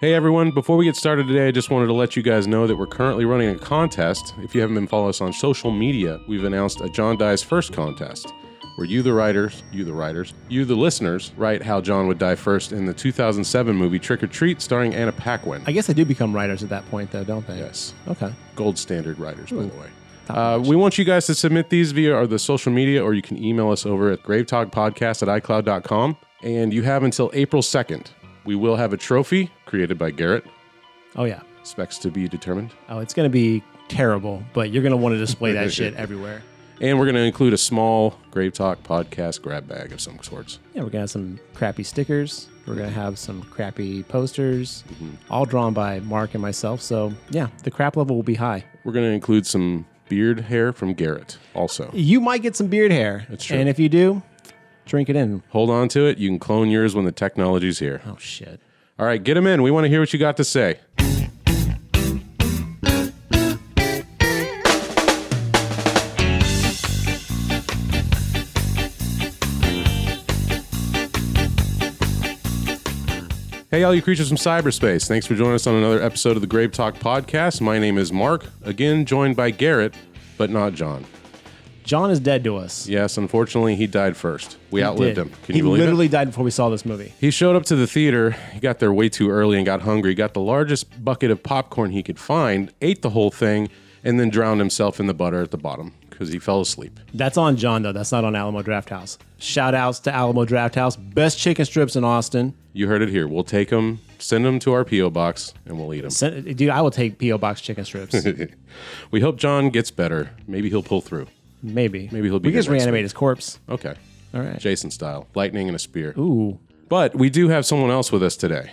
Hey everyone, before we get started today, I just wanted to let you guys know that we're currently running a contest. If you haven't been following us on social media, we've announced a John Dies First contest, where you, the writers, you, the writers, you, the listeners, write how John would die first in the 2007 movie Trick or Treat starring Anna Paquin. I guess they do become writers at that point, though, don't they? Yes, Okay. gold standard writers, by the way. Top Uh, we want you guys to submit these via our, the social media, or you can email us over at gravetogpodcast at icloud.com. And you have until April 2nd. We will have a trophy created by Garrett, Oh yeah. specs to be determined. Oh, it's gonna be terrible, but you're gonna want to display that shit everywhere. And we're going to include a small Grave Talk podcast grab bag of some sorts. Yeah, we're gonna have some crappy stickers. We're Mm-hmm. gonna have some crappy posters, all drawn by Mark and myself. So yeah, the crap level will be high. We're going to include some beard hair from Garrett also. You might get some beard hair. That's true. And if you do, drink it in. Hold on to it. You can clone yours when the technology's here. Oh shit. All right, get them in. We want to hear what you got to say. Hey, all you creatures from cyberspace. Thanks for joining us on another episode of the Grave Talk podcast. My name is Mark, again joined by Garrett, but not John. John is dead to us. Yes, unfortunately, he died first. We He outlived did. him. Can he you believe it? literally died before we saw this movie. He showed up to the theater. He got there way too early and got hungry. Got the largest bucket of popcorn he could find, ate the whole thing, and then drowned himself in the butter at the bottom because he fell asleep. That's on John though. That's not on Alamo Draft House. Shout outs to Alamo Draft House. Best chicken strips in Austin. You heard it here. We'll take him, send him to our P.O. box, and we'll eat him. Send, dude, I will take PO Box chicken strips. We hope John gets better. Maybe he'll pull through. Maybe. Maybe he'll be We here just next reanimate his corpse. Okay. All right. Jason style. Lightning and a spear. Ooh. But we do have someone else with us today.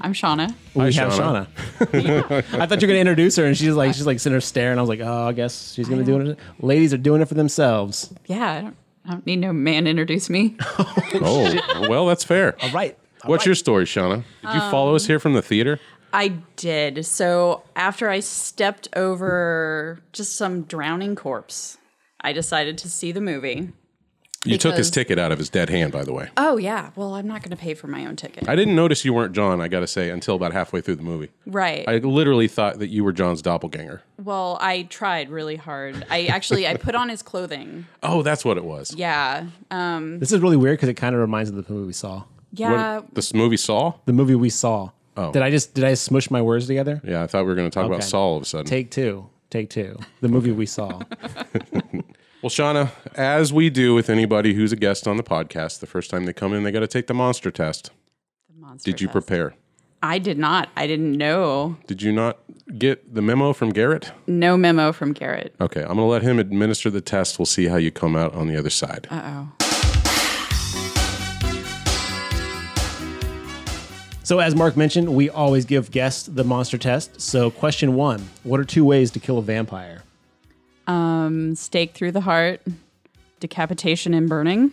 I'm Shauna. We Hi, have Shauna. Shauna. I thought you were gonna introduce her, and she's like, she's like sitting there staring. I was like, oh, I guess she's gonna do it. Ladies are doing it for themselves. Yeah, I don't, I don't need no man introduce me. Oh, well, that's fair. All right. What's your story, Shauna? Did you follow us here from the theater? I did. So after I stepped over just some drowning corpse, I decided to see the movie. You took his because- ticket out of his dead hand, by the way. Oh yeah. Well, I'm not going to pay for my own ticket. I didn't notice you weren't John, I gotta say, until about halfway through the movie. right. I literally thought that you were John's doppelganger. well, I tried really hard. I actually I put on his clothing. Oh, that's what it was. Yeah. Um This is really weird because it kind of reminds me of the movie we saw. yeah. What, this movie Saul? The movie we saw. Oh. Did I just did I smush my words together? Yeah, I thought we were gonna talk about Okay. Saul all of a sudden. Take two. Take two. The movie we saw. well, Shauna, as we do with anybody who's a guest on the podcast, the first time they come in, they gotta take the monster test. The monster Did you fest. prepare? I did not. I didn't know. Did you not get the memo from Garrett? No memo from Garrett. Okay, I'm gonna let him administer the test. We'll see how you come out on the other side. Uh-oh. So, as Mark mentioned, we always give guests the monster test. So, question one What are two ways to kill a vampire? Um stake through the heart, decapitation and burning.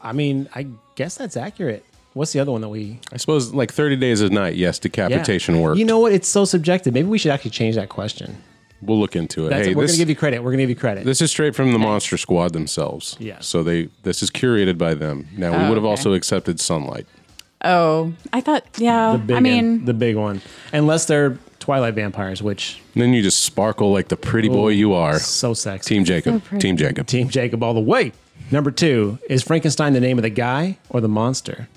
I mean, I guess that's accurate. What's the other one that we. I suppose like 30 days a night, yes, decapitation worked. You know what? It's so subjective. Maybe we should actually change that question. we'll look into it. That's, hey, we're this, going to give you credit. We're going to give you credit. This is straight from the Monster Squad themselves. Yeah. Oh, So they this is curated by them. Now we would have okay. also accepted Sunlight. Oh, I thought, yeah. big I one. mean, the big one. Unless they're Twilight vampires, which And then you just sparkle like the pretty boy you are. so sexy. Team Jacob. Team Jacob. Team Jacob all the way. Number two Is Frankenstein the name of the guy or the monster?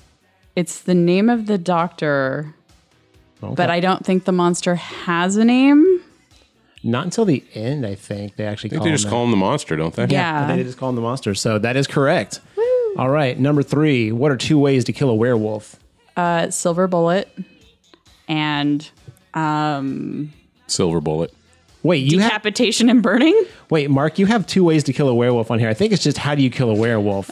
it's the name of the doctor, Oh, Okay. but I don't think the monster has a name. Not until the end, I think, they I actually think call they him just that. call him the monster, don't they? Yeah. And they just call him the monster. So that is correct. All right. Number three. What are two ways to kill a werewolf? Uh, Silver Bullet and Silver Bullet. Wait, you have decapitation and burning. wait, Mark. You have two ways to kill a werewolf on here. I think it's just how do you kill a werewolf?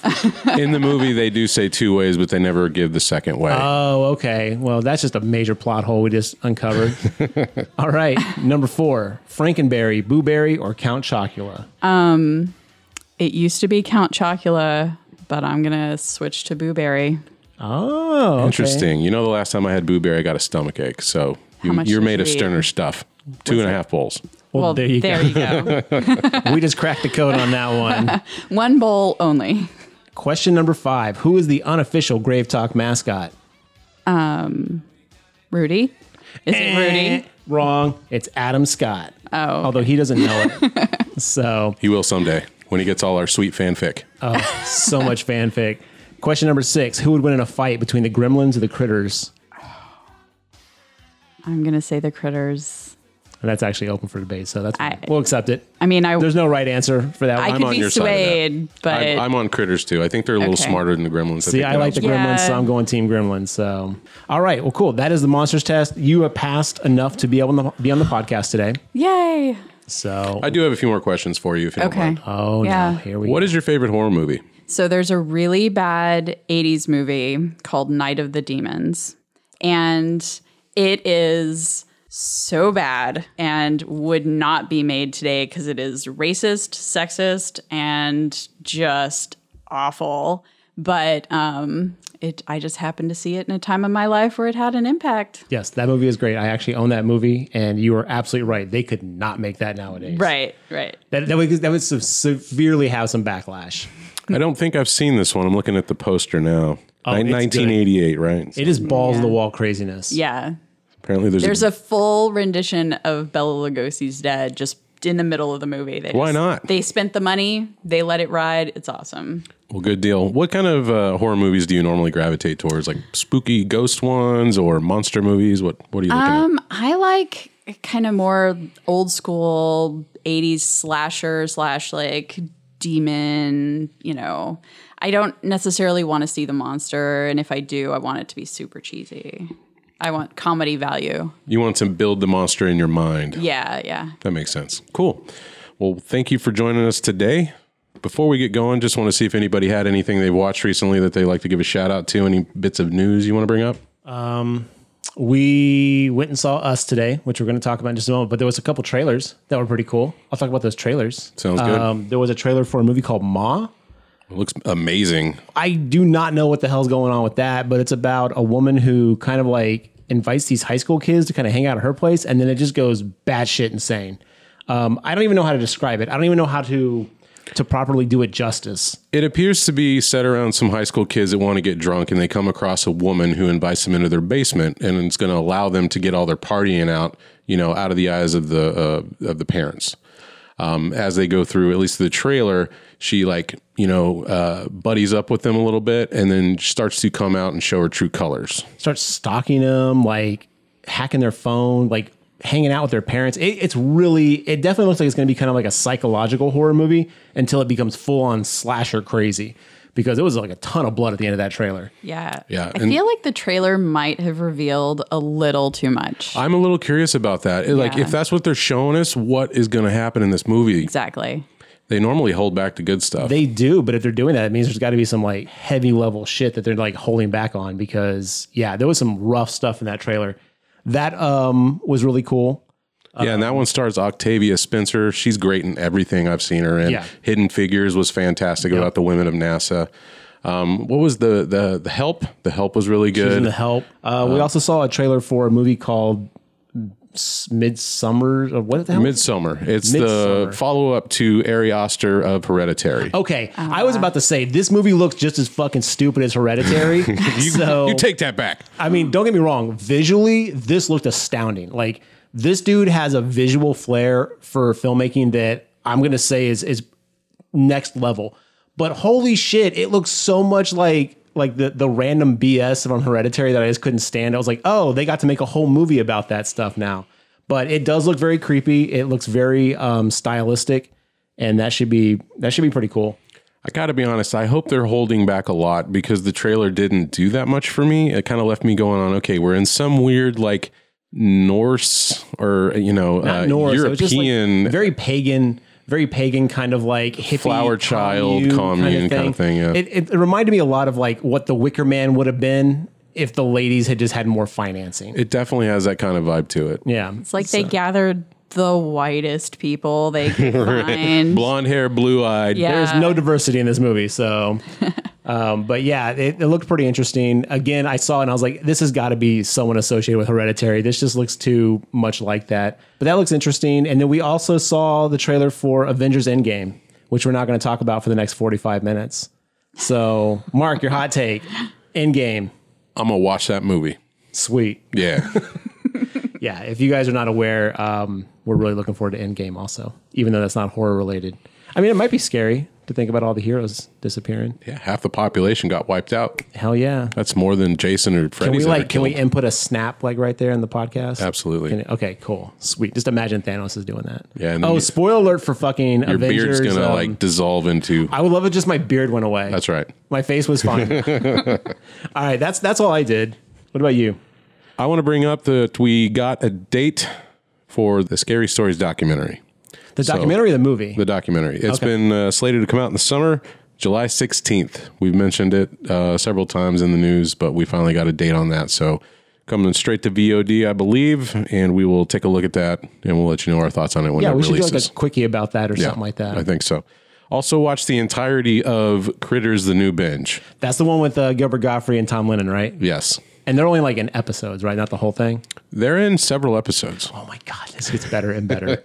In the movie, they do say two ways, but they never give the second way. oh, okay. Well, that's just a major plot hole we just uncovered. All right. Number four: Frankenberry, Booberry, or Count Chocula. It used to be Count Chocula, but I'm going to switch to Boo Berry. Oh, okay. Interesting. You know, the last time I had Boo Berry, I got a stomach ache. So you, much you're did made you of eat? sterner stuff. Two and a half bowls. Well, there you go. go. we just cracked the code on that one. One bowl only. Question number five: Who is the unofficial Grave Talk mascot? Rudy? Is Eh. it Rudy? Wrong. It's Adam Scott. Oh. Although he doesn't know it. so, He will someday when he gets all our sweet fanfic. oh, so much fanfic. Question number six Who would win in a fight between the gremlins or the critters? I'm gonna say the critters. And that's actually open for debate. So, that's I- we'll accept it. I mean, I There's no right answer for that I one. I'm could on be your side of that. swayed, but I'm, I'm on critters too. I think they're a little Okay. smarter than the gremlins. See, think I that like the was- Gremlins, so Yeah. I'm going Team Gremlins. So, all right, well, cool. That is the monsters test. You have passed enough to be able to be on the podcast today. yay. Oh So, I do have a few more questions for you if you don't Okay. mind. oh no, Yeah. here we What go. is your favorite horror movie? So there's a really bad 80s movie called Night of the Demons. And it is so bad and would not be made today because it is racist, sexist, and just awful. But um, it, I just happened to see it in a time of my life where it had an impact. Yes, that movie is great. I actually own that movie, and you are absolutely right. They could not make that nowadays. Right, right. That, that would that would se- severely have some backlash. I don't think I've seen this one. I'm looking at the poster now. Nin- Oh, it's good. 1988, right? It is balls to the wall craziness. Yeah. Apparently, there's, There's a, a full rendition of Bella Lugosi's Dead just in the middle of the movie. They Why just- not? They spent the money. They let it ride. It's awesome. well, good deal. What kind of uh, horror movies do you normally gravitate towards? Like spooky ghost ones or monster movies? What What are you looking at? Um, I like kind of more old school '80s slasher slash like demon. You know, I don't necessarily want to see the monster, and if I do, I want it to be super cheesy. I want comedy value. You want to build the monster in your mind. Yeah, yeah. That makes sense. Cool. Well, thank you for joining us today. Before we get going, just want to see if anybody had anything they've watched recently that they like to give a shout out to. Any bits of news you want to bring up? We went and saw Us today, which we're going to talk about in just a moment. But there was a couple trailers that were pretty cool. I'll talk about those trailers. Sounds good. Um, there was a trailer for a movie called Ma. It looks amazing. I do not know what the hell's going on with that, but it's about a woman who kind of like invites these high school kids to kind of hang out at her place, and then it just goes batshit insane. Um, I don't even know how to describe it. I don't even know how to to properly do it justice. It appears to be set around some high school kids that want to get drunk, and they come across a woman who invites them into their basement, and it's going to allow them to get all their partying out, you know, out of the eyes of the uh, of the parents. Um, as they go through, at least the trailer, she like you know uh, buddies up with them a little bit, and then starts to come out and show her true colors. Starts stalking them, like hacking their phone, like hanging out with their parents. It, it's really, it definitely looks like it's going to be kind of like a psychological horror movie until it becomes full on slasher crazy, because it was like a ton of blood at the end of that trailer. Yeah. Yeah, I and- feel like the trailer might have revealed a little too much. I'm a little curious about that. It- Like, Yeah. if that's what they're showing us, what is going to happen in this movie? exactly. They normally hold back the good stuff. They do, but if they're doing that, it means there's got to be some like heavy level shit that they're like holding back on because yeah, there was some rough stuff in that trailer. That um was really cool. Yeah, and that one stars Octavia Spencer. She's great in everything I've seen her in. Yeah. Hidden Figures was fantastic about the women of NASA. Um, what was the the the help? The help was really And the good. help. Uh, we also saw a trailer for a movie called S- Midsummer. Or what the hell? Midsummer. It's Midsummer. the follow up to Ari Aster of Hereditary. okay, I Uh-huh. was about to say this movie looks just as fucking stupid as Hereditary. so You take that back. I mean, don't get me wrong. Visually, this looked astounding. Like this dude has a visual flair for filmmaking that I'm gonna say is is next level. But holy shit, it looks so much like like the the random BS from Hereditary that I just couldn't stand. I was like, oh, they got to make a whole movie about that stuff now. But it does look very creepy. It looks very um, stylistic, and that should be that should be pretty cool. I got to be honest. I hope they're holding back a lot because the trailer didn't do that much for me. It kind of left me going on. Okay, we're in some weird like Norse or you know uh, Norse. It was just, like, European very pagan, very pagan kind of like hippie Flower child commune kind of thing, yeah. It, it, it reminded me a lot of like what the Wicker Man would have been if the ladies had just had more financing. It definitely has that kind of vibe to it. yeah, It's like they gathered the whitest people they could find. Blonde hair, blue eyed. Yeah. there's no diversity in this movie. So, um, but yeah, it, it looked pretty interesting. Again, I saw it and I was like, this has got to be someone associated with Hereditary. This just looks too much like that. But that looks interesting. And then we also saw the trailer for Avengers Endgame, which we're not going to talk about for the next 45 minutes. So, Mark, your hot take Endgame. I'm gonna watch that movie. Sweet. Yeah. Yeah. If you guys are not aware, um, we're really looking forward to Endgame also, even though that's not horror related. I mean, it might be scary to think about all the heroes disappearing. yeah. Half the population got wiped out. Hell yeah. That's more than Jason or Can we Freddy's ever like? Can we killed. input a snap like right there in the podcast? Absolutely. Can it- okay, cool, sweet. Just imagine Thanos is doing that. Yeah, and then oh, you- spoiler alert for fucking Your Avengers. beard's gonna um, like dissolve into. I would love it. Just my beard went away. That's right. My face was fine. all right, that's that's all I did. What about you? I want to bring up that we got a date for the Scary Stories documentary. The documentary, or the movie. The documentary. It's Okay. been uh, slated to come out in the summer, July 16th. We've mentioned it uh, several times in the news, but we finally got a date on that. So coming straight to VOD, I believe, and we will take a look at that and we'll let you know our thoughts on it when yeah, it we should releases. do like a quickie about that or Yeah, something like that. I think so. Also, watch the entirety of Critters: The New Binge. that's the one with uh, Gilbert Godfrey and Tom Lennon, right? Yes, And they're only like in episodes, right? Not the whole thing. they're in several episodes. Oh my god, this gets better and better.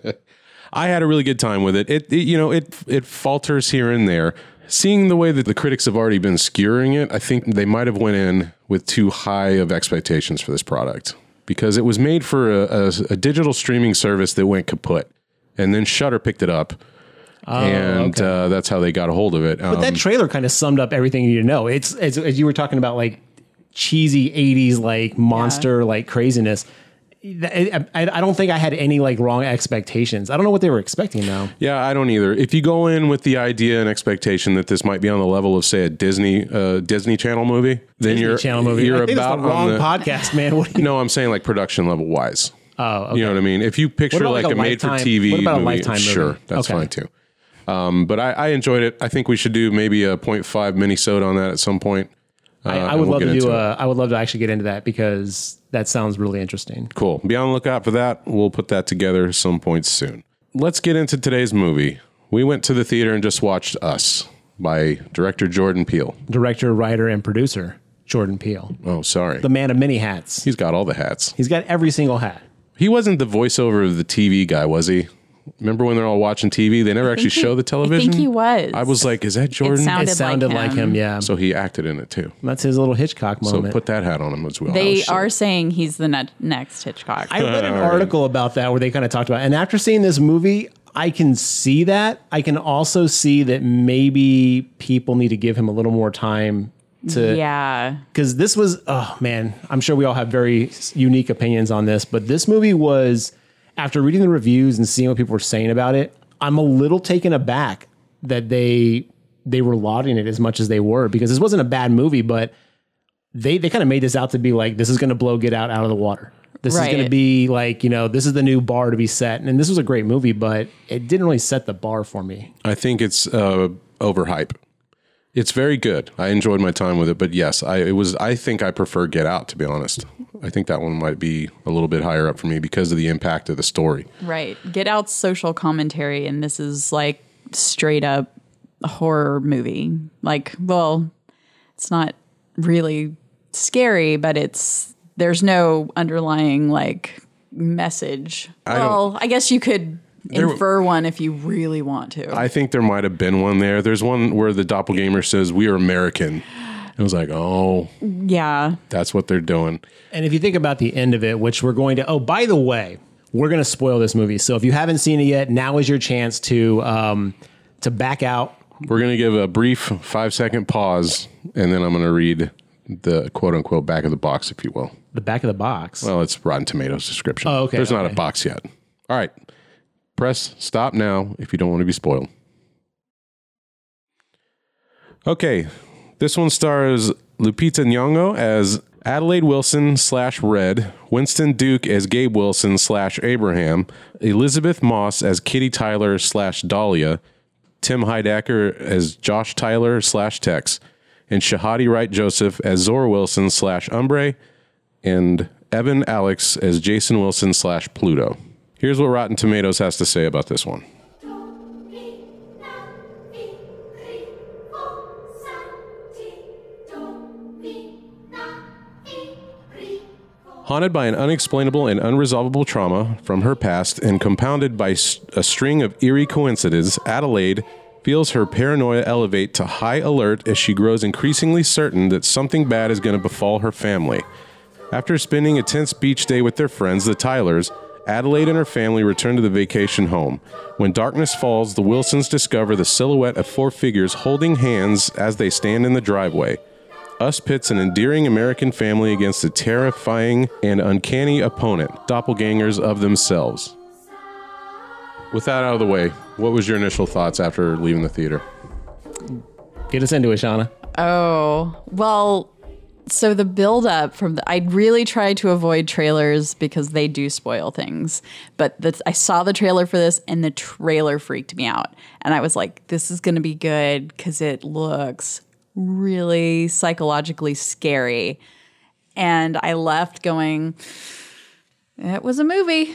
I had a really good time with it. It, it you know, it it falters here and there. Seeing the way that the critics have already been skewering it, I think they might have went in with too high of expectations for this product because it was made for a, a, a digital streaming service that went kaput, and then Shutter picked it up, and uh, that's how they got a hold of it. Um, Oh, that trailer kind of summed up everything you need to know. It's, it's as you were talking about like cheesy '80s like monster like craziness. I, I- I don't think I had any like wrong expectations. I don't know what they were expecting though. Yeah, I don't either. If you go in with the idea and expectation that this might be on the level of, say, a Disney uh, Disney Channel movie, then Disney you're Channel movie. You're I think that's about the wrong on the, podcast, man. What do you, No, I'm saying like production level wise. oh, okay. You know what I mean? If you picture about, like, like, a, a made for Lifetime- TV what about a movie, Lifetime movie? sure, that's Okay. fine too. Um, but I, I enjoyed it. I think we should do maybe a 0.5 minisode on that at some point. Uh, I, I and would we'll love get to do. into it. A, I would love to actually get into that because that sounds really interesting. Cool. Be on the lookout for that. We'll put that together some point soon. Let's get into today's movie. We went to the theater and just watched Us by director Jordan Peele. Director, writer, and producer Jordan Peele, Oh, sorry. the man of many hats. He's got all the hats. He's got every single hat. He wasn't the voiceover of the TV guy, was he? Remember when they're all watching TV? They never actually he- show the I think television. he was. I was like, is that Jordan? It sounded like sounded like him. him. Yeah, so he acted in it too. that's his little Hitchcock So moment. put that hat on him as well. Oh, They shit. are saying he's the ne- next Hitchcock. I read an article about that where they kind of talked about, it. and after seeing this movie, I can see that. I can also see that maybe people need to give him a little more time to yeah. because this was oh man i'm sure we all have very s- unique opinions on this but this movie was after reading the reviews and seeing what people were saying about it i'm a little taken aback that they they were lauding it as much as they were because this wasn't a bad movie but they they kind of made this out to be like this is going to blow get out out of the water this is going to Right. be like you know this is the new bar to be set and this was a great movie but it didn't really set the bar for me I think it's uh, overhype. It's very good. I enjoyed my time with it, but yes, I it was. I think I prefer Get Out to be honest. I think that one might be a little bit higher up for me because of the impact of the story. Right. Get out social commentary, and this is like straight up horror movie. Like, well, it's not really scary, but it's there's no underlying like message. well, I guess you could infer one if you really want to. I think there might have been one there. There's one where the doppelganger says, "We are American." It was like, oh, yeah. that's what they're doing. And if you think about the end of it, which we're going to, oh, by the way, we're going to spoil this movie. So if you haven't seen it yet, now is your chance to um, to back out. We're gonna give a brief five second pause, and then I'm gonna read the quote unquote back of the box, if you will. The back of the box. Well, it's Rotten Tomatoes description. Oh, okay, There's not a okay. box yet. All right. Press stop now if you don't want to be spoiled. Okay. This one stars Lupita Nyong'o as Adelaide Wilson slash Red, Winston Duke as Gabe Wilson slash Abraham, Elizabeth Moss as Kitty Tyler slash Dahlia, Tim Heidecker as Josh Tyler slash Tex, and Shahadi Wright Joseph as Zora Wilson slash Umbre, and Evan Alex as Jason Wilson slash Pluto. Here's what Rotten Tomatoes has to say about this one. Haunted by an unexplainable and unresolvable trauma from her past and compounded by s- a string of eerie coincidences, Adelaide feels her paranoia elevate to high alert as she grows increasingly certain that something bad is going to befall her family. After spending a tense beach day with their friends, the Tylers, Adelaide and her family return to the vacation home. When darkness falls, the Wilsons discover the silhouette of four figures holding hands as they stand in the driveway. Us pits an endearing American family against a terrifying and uncanny opponent, doppelgangers of themselves. With that out of the way, what was your initial thoughts after leaving the theater? Get us into it, Shauna. Oh, well, so the buildup from the, I really try to avoid trailers because they do spoil things. But that's, I saw the trailer for this and the trailer freaked me out. And I was like, this is going to be good because it looks really psychologically scary. And I left going, it was a movie.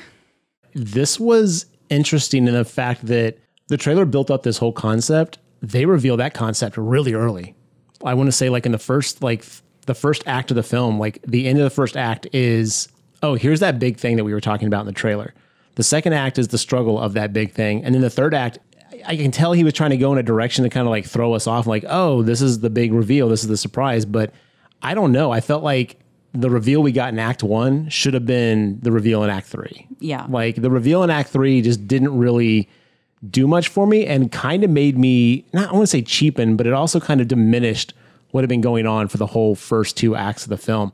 This was interesting in the fact that the trailer built up this whole concept. They reveal that concept really early. I want to say like in the first like f- the first act of the film, like the end of the first act is oh, here's that big thing that we were talking about in the trailer. The second act is the struggle of that big thing, and then the third act I- I can tell he was trying to go in a direction to kind of like throw us off like, "Oh, this is the big reveal, this is the surprise." But I don't know. I felt like the reveal we got in act 1 should have been the reveal in act 3. Yeah. Like the reveal in act 3 just didn't really do much for me and kind of made me not I want to say cheapen, but it also kind of diminished what had been going on for the whole first two acts of the film.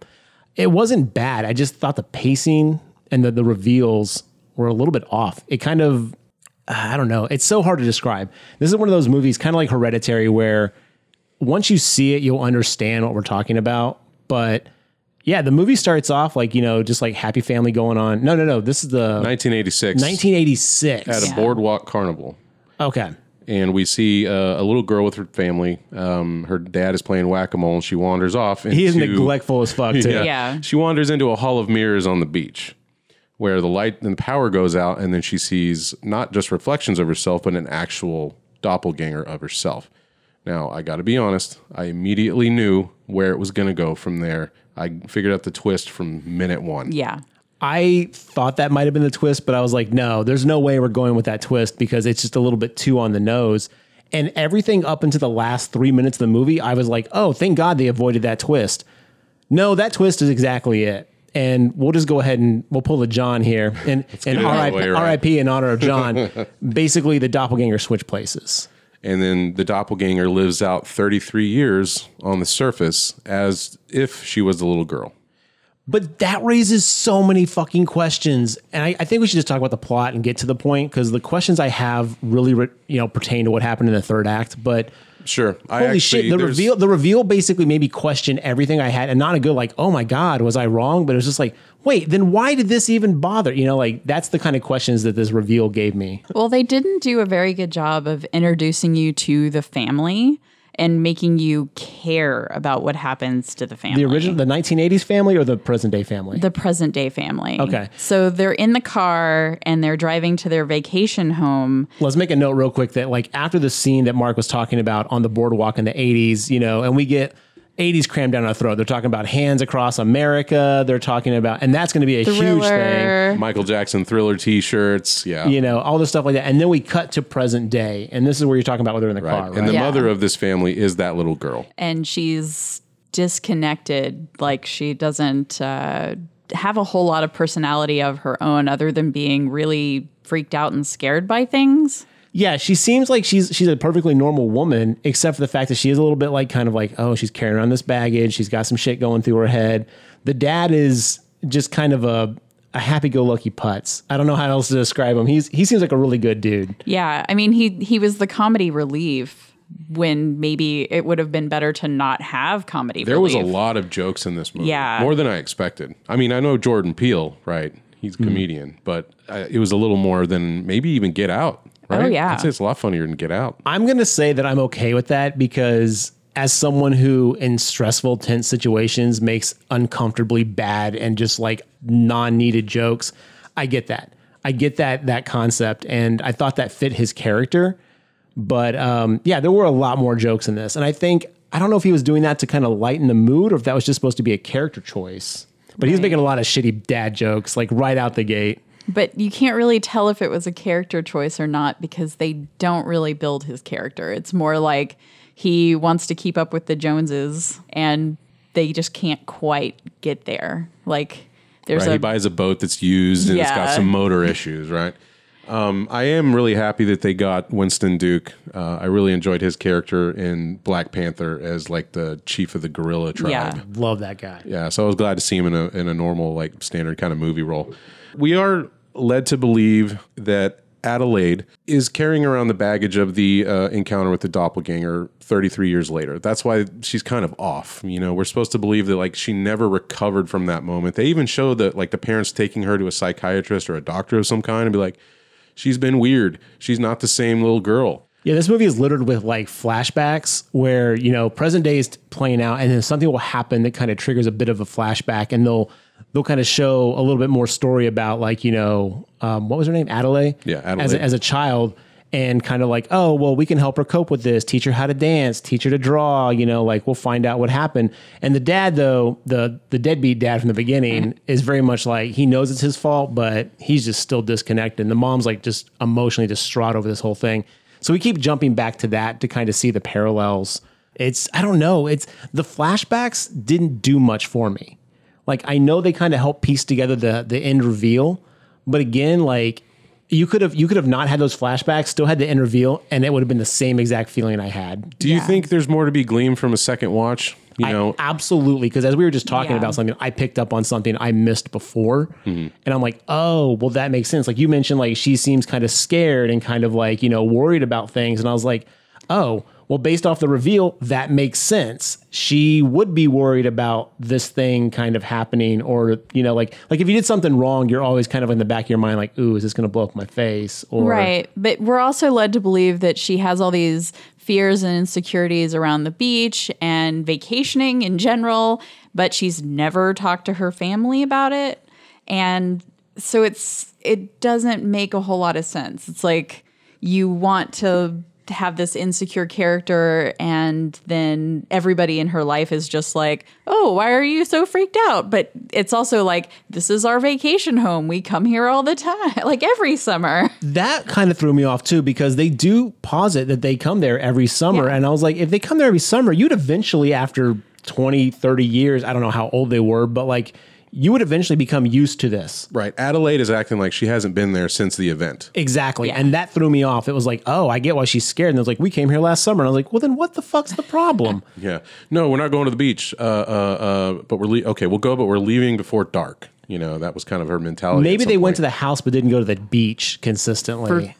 It wasn't bad. I just thought the pacing and the, the reveals were a little bit off. It kind of I don't know. It's so hard to describe. This is one of those movies kind of like Hereditary where once you see it, you'll understand what we're talking about. But yeah, the movie starts off like, you know, just like happy family going on. No, no, no. This is the 1986 1986. at a boardwalk carnival. Okay. and we see uh, a little girl with her family. Um, her dad is playing whack a mole, and she wanders off. Into, He is neglectful as fuck too. Yeah. Yeah. she wanders into a hall of mirrors on the beach, where the light and the power goes out, and then she sees not just reflections of herself, but an actual doppelganger of herself. Now, I got to be honest. I immediately knew where it was going to go from there. I figured out the twist from minute one. Yeah. I thought that might have been the twist, but I was like, no, there's no way we're going with that twist because it's just a little bit too on the nose. And everything up into the last three minutes of the movie, I was like, oh, thank God they avoided that twist. No, that twist is exactly it. And we'll just go ahead and we'll pull a John here and, and get it out of the RIP, way, right? RIP in honor of John. Basically, the doppelganger switch places. and then the doppelganger lives out 33 years on the surface as if she was the little girl. But that raises so many fucking questions, and I, I think we should just talk about the plot and get to the point because the questions I have really, re- you know, pertain to what happened in the third act. But Sure. I holy actually, shit, the there's- reveal, the reveal basically made me question everything I had, and not a good like, oh my god, was I wrong? But it was just like, wait, then why did this even bother? You know, like that's the kind of questions that this reveal gave me. Well, they didn't do a very good job of introducing you to the family and making you care about what happens to the family. The original, the 1980s family or the present day family? the present day family. Okay. So they're in the car and they're driving to their vacation home. Let's make a note real quick that like after the scene that Mark was talking about on the boardwalk in the 80s, you know, and we get 80s crammed down our throat. They're talking about hands across America. They're talking about, and that's going to be a huge thing, Thriller. Michael Jackson thriller t shirts. Yeah. you know, all this stuff like that. And then we cut to present day. And this is where you're talking about whether in the Right. car, right? And the Yeah. mother of this family is that little girl. And she's disconnected. Like she doesn't uh, have a whole lot of personality of her own other than being really freaked out and scared by things. yeah. She seems like she's, she's a perfectly normal woman, except for the fact that she is a little bit like kind of like, oh, she's carrying around this baggage. She's got some shit going through her head. The dad is just kind of a, a happy-go-lucky putz. I don't know how else to describe him. He's he seems like a really good dude. Yeah, I mean he he was the comedy relief when maybe it would have been better to not have comedy. There was relief. a lot of jokes in this movie. Yeah. More than I expected. I mean, I know Jordan Peele, right? He's a comedian, but uh, it was a little more than maybe even Get Out. Right? Oh, yeah. I'd say it's a lot funnier than Get Out. I'm going to say that I'm okay with that because as someone who in stressful tense situations makes uncomfortably bad and just like non-needed jokes, I get that. I get that that concept and I thought that fit his character. But um, yeah, there were a lot more jokes in this. And I think I don't know if he was doing that to kind of lighten the mood or if that was just supposed to be a character choice. But he's making a lot of shitty dad jokes like right out the gate. But you can't really tell if it was a character choice or not because they don't really build his character. It's more like he wants to keep up with the Joneses and they just can't quite get there. Like there's Right? he a buys a boat that's used and it's got Yeah. some motor issues, right? Um, I am really happy that they got Winston Duke. Uh, I really enjoyed his character in Black Panther as like the chief of the gorilla tribe. yeah. Love that guy. Yeah, so I was glad to see him in a in a normal like standard kind of movie role. We are led to believe that Adelaide is carrying around the baggage of the uh, encounter with the doppelganger 33 years later. That's why she's kind of off. You know, we're supposed to believe that like she never recovered from that moment. They even show that like the parents taking her to a psychiatrist or a doctor of some kind and be like, she's been weird. She's not the same little girl. Yeah, this movie is littered with like flashbacks where, you know, present day is playing out and then something will happen that kind of triggers a bit of a flashback and they'll they'll kind of show a little bit more story about like, you know, um, what was her name? Adelaide? Yeah, As Adelaide. a, as a child and kind of like, oh, well, we can help her cope with this, teach her how to dance, teach her to draw, you know, like we'll find out what happened. And the dad though, the the deadbeat dad from the beginning is very much like he knows it's his fault, but he's just still disconnected. And the mom's like just emotionally distraught over this whole thing. So we keep jumping back to that to kind of see the parallels. It's I don't know, it's the flashbacks didn't do much for me. Like I know they kind of help piece together the the end reveal, but again, like you could have you could have not had those flashbacks, still had the end reveal, and it would have been the same exact feeling I had. Do you think there's more to be gleaned from a second watch? You know, I, absolutely, because as we were just talking Yeah. about something, I picked up on something I missed before, and I'm like, oh, well, that makes sense. Like you mentioned, like she seems kind of scared and kind of like you know worried about things, and I was like, oh, well, based off the reveal, that makes sense. She would be worried about this thing kind of happening, or you know, like like if you did something wrong, you're always kind of in the back of your mind, like, ooh, is this going to blow up my face? Or Right. But we're also led to believe that she has all these fears and insecurities around the beach and vacationing in general, but she's never talked to her family about it. And so it's it doesn't make a whole lot of sense. It's like you want to have this insecure character and then everybody in her life is just like, "Oh, why are you so freaked out?" But it's also like, "This is our vacation home. We come here all the time, like every summer." that kind of threw me off too because they do posit that they come there every summer Yeah. and i was like if they come there every summer you'd eventually after 20 30 years i don't know how old they were but like you would eventually become used to this right. Adelaide is acting like she hasn't been there since the event. exactly Yeah. and that threw me off it was like oh i get why she's scared and it was like we came here last summer and i was like well then what the fuck's the problem Yeah. No, we're not going to the beach. Uh, uh, uh, but we're le- okay. We'll go, but we're leaving before dark. You know, that was kind of her mentality. maybe they went to the house but didn't go to the beach consistently the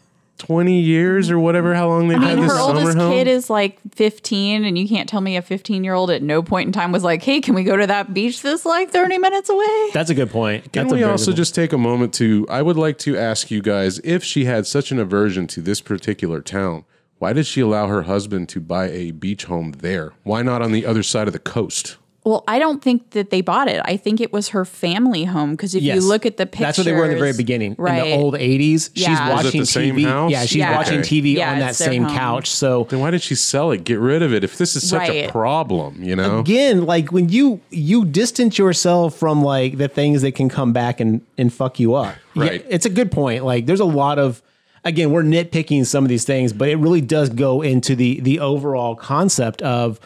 twenty years or whatever. How long they've I had mean, this her summer oldest home? kid is like 15, and you can't tell me a 15 year old at no point in time was like, hey, can we go to that beach that's like 30 minutes away? that's a good point Can that's a we very also good- just take a moment to? I would like to ask you guys if she had such an aversion to this particular town. Why did she allow her husband to buy a beach home there? Why not on the other side of the coast? Well, I don't think that they bought it. I think it was her family home because if Yes. you look at the pictures, That's what they were in the very beginning. Right. In the old 80s, Yeah. she's Was it watching the same TV. house? Yeah, she's Yeah. watching Okay. TV Yeah, on that it's their same home. couch. So Then why did she sell it? Get rid of it. If this is such Right. a problem, you know. again, like when you you distance yourself from like the things that can come back and and fuck you up. Yeah, Right. it's a good point. Like there's a lot of again, we're nitpicking some of these things, but it really does go into the the overall concept of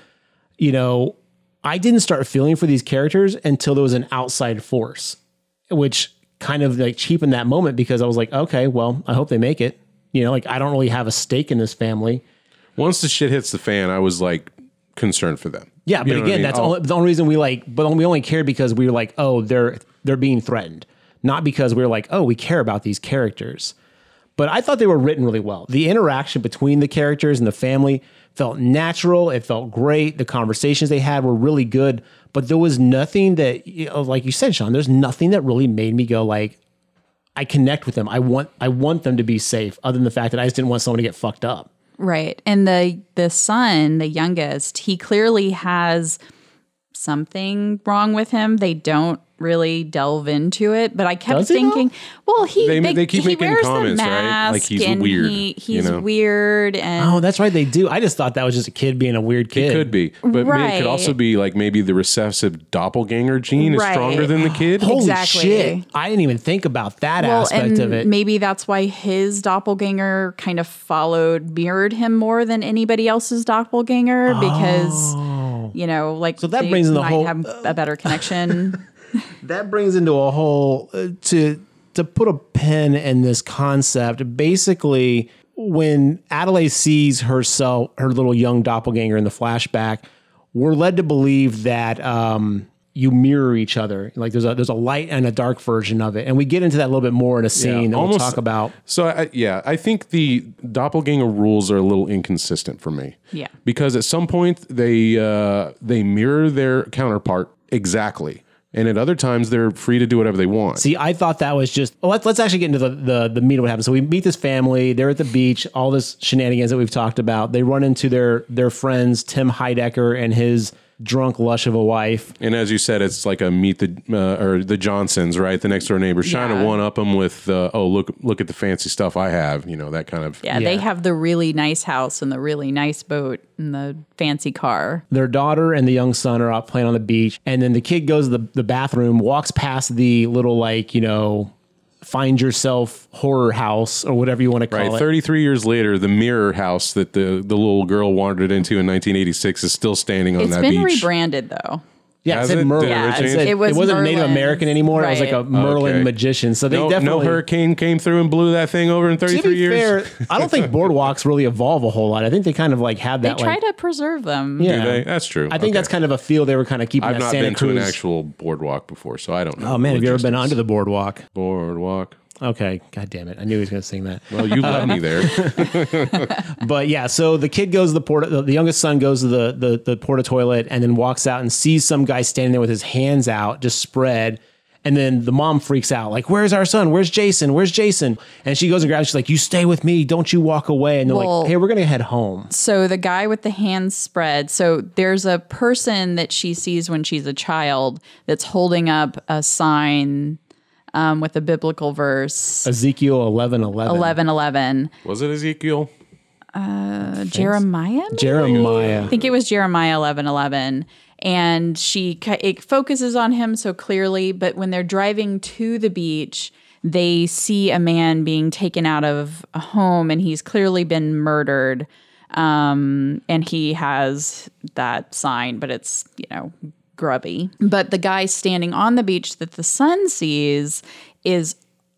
you know, I didn't start feeling for these characters until there was an outside force, which kind of like cheapened that moment because I was like, okay, well, I hope they make it. You know, like I don't really have a stake in this family. Once the shit hits the fan, I was like concerned for them. Yeah, You but know what I again, mean? that's Oh, only, the only reason we like, but we only cared because we were like, oh, they're they're being threatened, not because we were like, oh, we care about these characters. But I thought they were written really well. The interaction between the characters and the family felt natural. It felt great. The conversations they had were really good. But there was nothing that, you know, like you said, Sean, there's nothing that really made me go like, I connect with them. I want I want them to be safe. Other than the fact that I just didn't want someone to get fucked up. Right. And the the son, the youngest, he clearly has something wrong with him. They don't really delve into it, but I kept Does he, though? thinking, well, he They- they keep he making wears the comments, right? Like, mask he's and weird, he- you he's know? weird and Oh, that's right. They do. I just thought that was just a kid being a weird kid. could be, but may- it could Right. also be like maybe the recessive doppelganger gene is Right. stronger than the kid. Holy Exactly. shit. I didn't even think about that aspect of it. Maybe that's why his doppelganger kind of followed, mirrored him more than anybody else's doppelganger because you know, like so Oh. that brings in the might whole- have a better connection. that brings into a whole uh, to to put a pin in this concept basically when adelaide sees herself her little young doppelganger in the flashback we're led to believe that um you mirror each other like there's a there's a light and a dark version of it and we get into that a little bit more in a scene that almost- we'll talk about So I, yeah, I think the doppelganger rules are a little inconsistent for me. Yeah. because at some point they uh, they mirror their counterpart exactly, and at other times they're free to do whatever they want. See, I thought that was just. Well, let's let's actually get into the, the the meat of what happens. So we meet this family. They're at the beach. All this shenanigans that we've talked about. They run into their their friends Tim Heidecker and his drunk lush of a wife. and as you said, it's like a meet the uh, or the Johnsons, right? The next door neighbors trying Yeah. to one up them with uh, oh look look at the fancy stuff I have, you know that kind of yeah, they Yeah. have the really nice house and the really nice boat and the fancy car. Their daughter and the young son are out playing on the beach, and then the kid goes to the, the bathroom, walks past the little like you know, find yourself horror house or whatever you want to call Right, it. 33 years later, the mirror house that the, the little girl wandered into in 1986 is still standing on It's that been beach. rebranded though. yeah, it Has said it? Did it Merlin. Yeah, it, originate? said, it it was wasn't Native Merlin. American anymore. It was like a Right. Merlin Okay. magician. So they no, no definitely hurricane came through and blew that thing over in 33 to be years. fair, I don't think boardwalks really evolve a whole lot. I think they kind of like had They that. try like, to preserve them. Do they? That's true. I think that's kind of a feel they were kind of keeping. I've that not Santa been Cruz. to an actual boardwalk before, so I don't know. Oh man, have you ever been onto the boardwalk? boardwalk? Okay, god damn it, I knew he was going to sing that. Well, you led me there. But yeah, so the kid goes to the port. The, the youngest son goes to the, the the porta toilet and then walks out and sees some guy standing there with his hands out, just spread. And then the mom freaks out, like, "Where's our son? Where's Jason? Where's Jason?" And she goes and grabs. She's like, "You stay with me. Don't you walk away." And they're Well- like, "Hey, we're gonna head home." So the guy with the hands spread. So there's a person that she sees when she's a child that's holding up a sign um, with a biblical verse. Ezekiel eleven eleven. Eleven, eleven. Was it Ezekiel? Jeremiah. maybe? Jeremiah. I think it was Jeremiah eleven eleven, and she ki- it focuses on him so clearly. But when they're driving to the beach, they see a man being taken out of a home, and he's clearly been murdered. Um, and he has that sign, but it's you know grubby. But the guy standing on the beach that the son sees is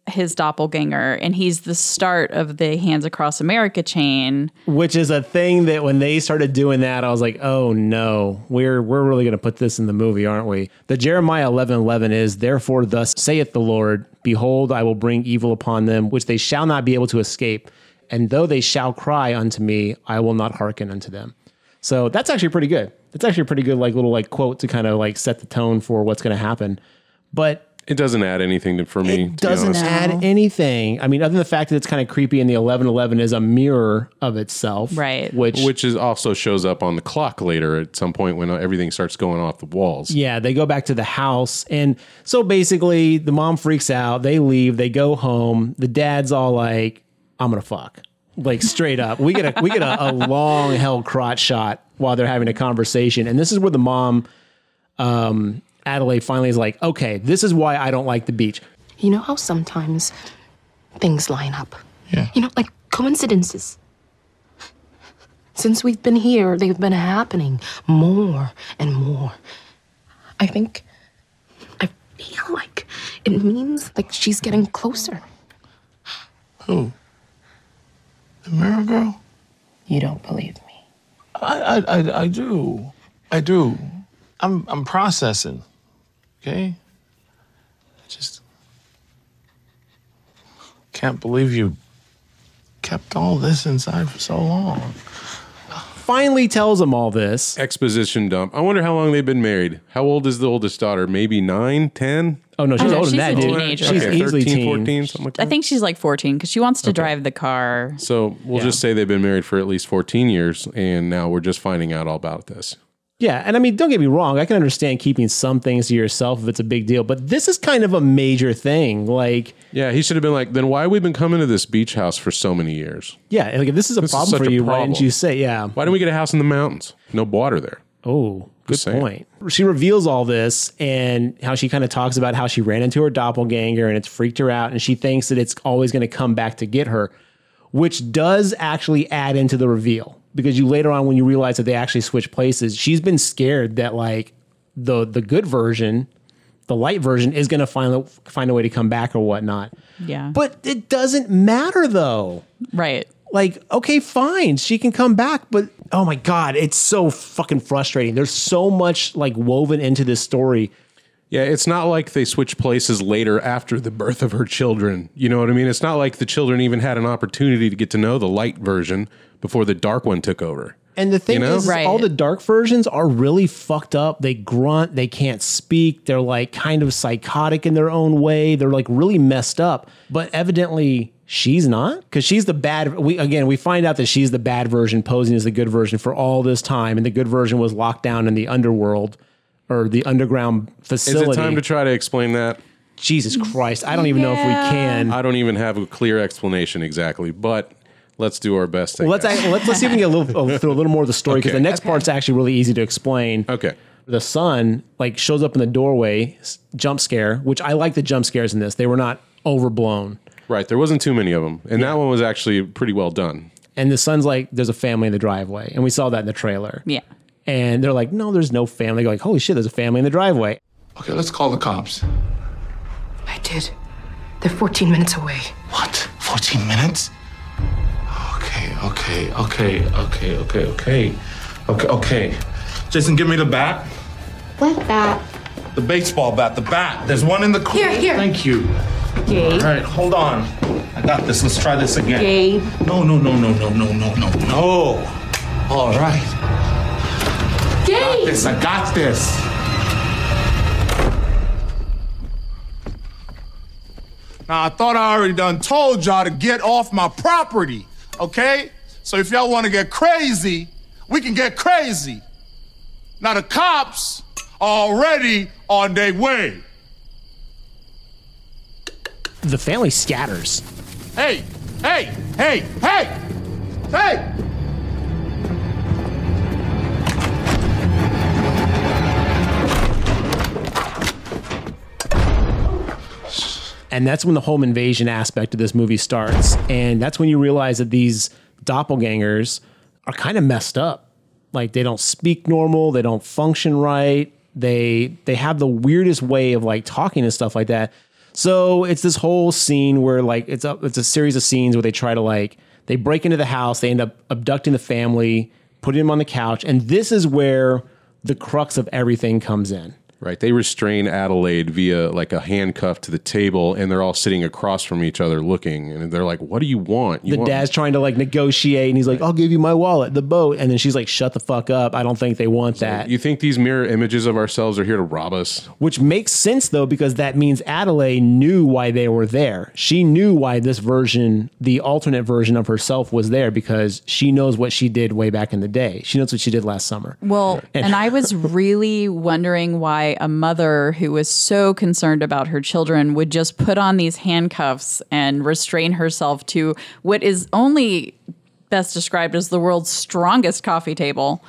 his doppelganger, and he's the start of the Hands Across America chain. which is a thing that when they started doing that, I was like, oh no, we're we're really gonna put this in the movie, aren't we? The Jeremiah eleven eleven is therefore thus saith the Lord, Behold, I will bring evil upon them, which they shall not be able to escape, and though they shall cry unto me, I will not hearken unto them. So that's actually pretty good. That's actually a pretty good like little like quote to kind of like set the tone for what's gonna happen. But It doesn't add anything to, for me. to be doesn't honest. add anything. I mean, other than the fact that it's kind of creepy and the eleven eleven is a mirror of itself. Right. Which Which is also shows up on the clock later at some point when everything starts going off the walls. Yeah, they go back to the house. And so basically, the mom freaks out. They leave. They go home. The dad's all like, I'm going to fuck. Like straight up. We get a we get a, a long held crotch shot while they're having a conversation. And this is where the mom, um, Adelaide finally is like, okay, this is why I don't like the beach. You know how sometimes things line up? Yeah. You know, like coincidences. Since we've been here, they've been happening more and more. I think. I feel like it means like she's getting closer. Who? The mirror girl? You don't believe me. I, I, I, I do. I do. I'm, I'm processing. Okay? I just can't believe you kept all this inside for so long. Finally tells him all this. Exposition dump. I wonder how long they've been married. How old is the oldest daughter? Maybe nine, ten? Oh no, she's Oh, no, older she's than that, a dude. teenager. She's Okay, easily 13, teen. 14, something like that. I think she's like 14 because she wants to drive the car. So we'll just say they've been married for at least 14 years, and now we're just finding out all about this. Yeah, and I mean, don't get me wrong. I can understand keeping some things to yourself if it's a big deal, but this is kind of a major thing. Like, Yeah, he should have been like, then why have we been coming to this beach house for so many years? yeah, like if this is a is problem such for a you, why didn't problem. you say, yeah? Why didn't we get a house in the mountains? No water there. Oh, good saying. point. She reveals all this and how she kind of talks about how she ran into her doppelganger and it's freaked her out, and she thinks that it's always going to come back to get her, which does actually add into the reveal. because you later on when you realize that they actually switch places, she's been scared that like the the good version, the light version, is going to find find a way to come back or whatnot. Yeah. But it doesn't matter though right. like okay fine she can come back but oh my god it's so fucking frustrating there's so much like woven into this story Yeah, it's not like they switch places later after the birth of her children. You know what I mean? It's not like the children even had an opportunity to get to know the light version before the dark one took over. and the thing You know? is, is Right. all the dark versions are really fucked up they grunt they can't speak they're like kind of psychotic in their own way they're like really messed up but evidently she's not because she's the bad we again we find out that she's the bad version posing as the good version for all this time and the good version was locked down in the underworld or the underground Is facility it time to try to explain that? Jesus Christ. I don't even know if we Yeah. can. I don't even have a clear explanation exactly, but let's do our best. I Well, let's, guess. act- let's let's see if we can get a little uh, through a little more of the story because Okay. the next part's actually really easy to explain. okay. The son like shows up in the doorway, s- jump scare, which I like the jump scares in this. They were not overblown. Right, there wasn't too many of them, and that one was actually pretty well done. And the son's like, "There's a family in the driveway," and we saw that in the trailer. Yeah. And they're like, "No, there's no family." They're like, "Holy shit, there's a family in the driveway." Okay, let's call the cops. I did. They're 14 minutes away. What? 14 minutes? Okay, okay, okay, okay, okay, okay. Okay, okay. Jason, give me the bat. What that? The baseball bat, the bat. There's one in the corner. Here, here. Thank you. Gabe. All right, hold on. I got this. Let's try this again. Gabe. No, no, no, no, no, no, no, no, no. All right. Gabe! Yes, I got this. Now, I thought I already done told y'all to get off my property, okay? So if y'all want to get crazy, we can get crazy. Now, the cops are already on their way. The family scatters. Hey, hey, hey, hey, hey! And that's when the home invasion aspect of this movie starts. And that's when you realize that these doppelgangers are kind of messed up. Like they don't speak normal, they don't function right. They they have the weirdest way of like talking and stuff like that. So it's this whole scene where like it's a it's a series of scenes where they try to like they break into the house, they end up abducting the family, putting them on the couch, and this is where the crux of everything comes in. Right, they restrain Adelaide via like a handcuff to the table, and they're all sitting across from each other looking, and they're like, "What do you want?" You the want dad's trying to like negotiate and he's like, I'll give you my wallet, the boat. And then she's like, shut the fuck up. I don't think they want Uh, that. You think these mirror images of ourselves are here to rob us? Which makes sense though, because that means Adelaide knew why they were there. She knew why this version, the alternate version of herself, was there because she knows what she did way back in the day. She knows what she did last summer. Well, and I was really wondering why a mother who was so concerned about her children would just put on these handcuffs and restrain herself to what is only best described as the world's strongest coffee table.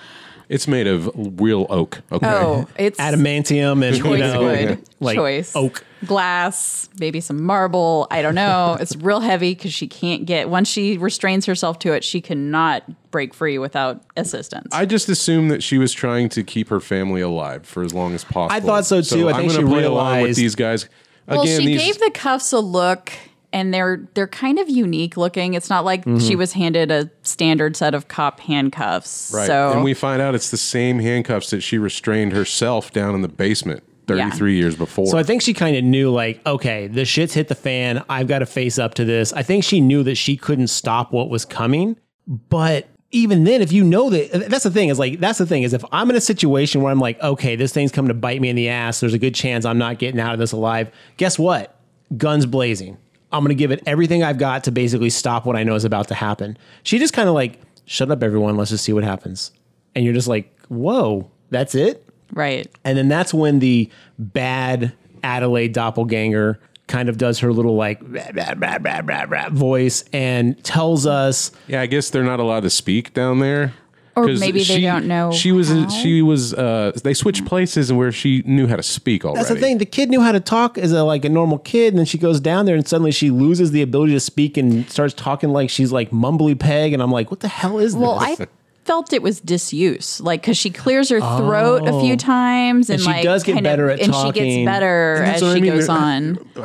It's made of real oak. Okay. Oh, it's Adamantium and you choice know, wood, like choice oak. glass, maybe some marble. I don't know. it's real heavy because she can't get once she restrains herself to it, she cannot break free without assistance. I just assumed that she was trying to keep her family alive for as long as possible. I thought so, too. I I'm think gonna she play along with realized- these guys. Again, Well, she these, gave the cuffs a look, and they're they're kind of unique looking. It's not like Mm-hmm. she was handed a standard set of cop handcuffs. Right. So and we find out it's the same handcuffs that she restrained herself down in the basement 33 years before. So I think she kind of knew, like, okay, the shit's hit the fan. I've got to face up to this. I think she knew that she couldn't stop what was coming. But even then, if you know that, that's the thing is like, that's the thing is if I'm in a situation where I'm like, okay, this thing's coming to bite me in the ass, there's a good chance I'm not getting out of this alive. Guess what? Guns blazing. I'm going to give it everything I've got to basically stop what I know is about to happen. She just kind of like, shut up, everyone. Let's just see what happens. And you're just like, whoa, that's it? right. And then that's when the bad Adelaide doppelganger kind of does her little like rah, rah, rah, rah, rah, rah voice and tells us yeah, I guess they're not allowed to speak down there. Or maybe they don't know She was how. she was uh they switched places where she knew how to speak already. that's the thing. The kid knew how to talk as a like a normal kid, and then she goes down there and suddenly she loses the ability to speak and starts talking like she's like mumbly peg. And I'm like, what the hell is Well, this? I felt it was disuse, like because she clears her throat a Oh. few times, and, And she like, does get kind better at and she talking. gets better And that's as she what I mean. goes There-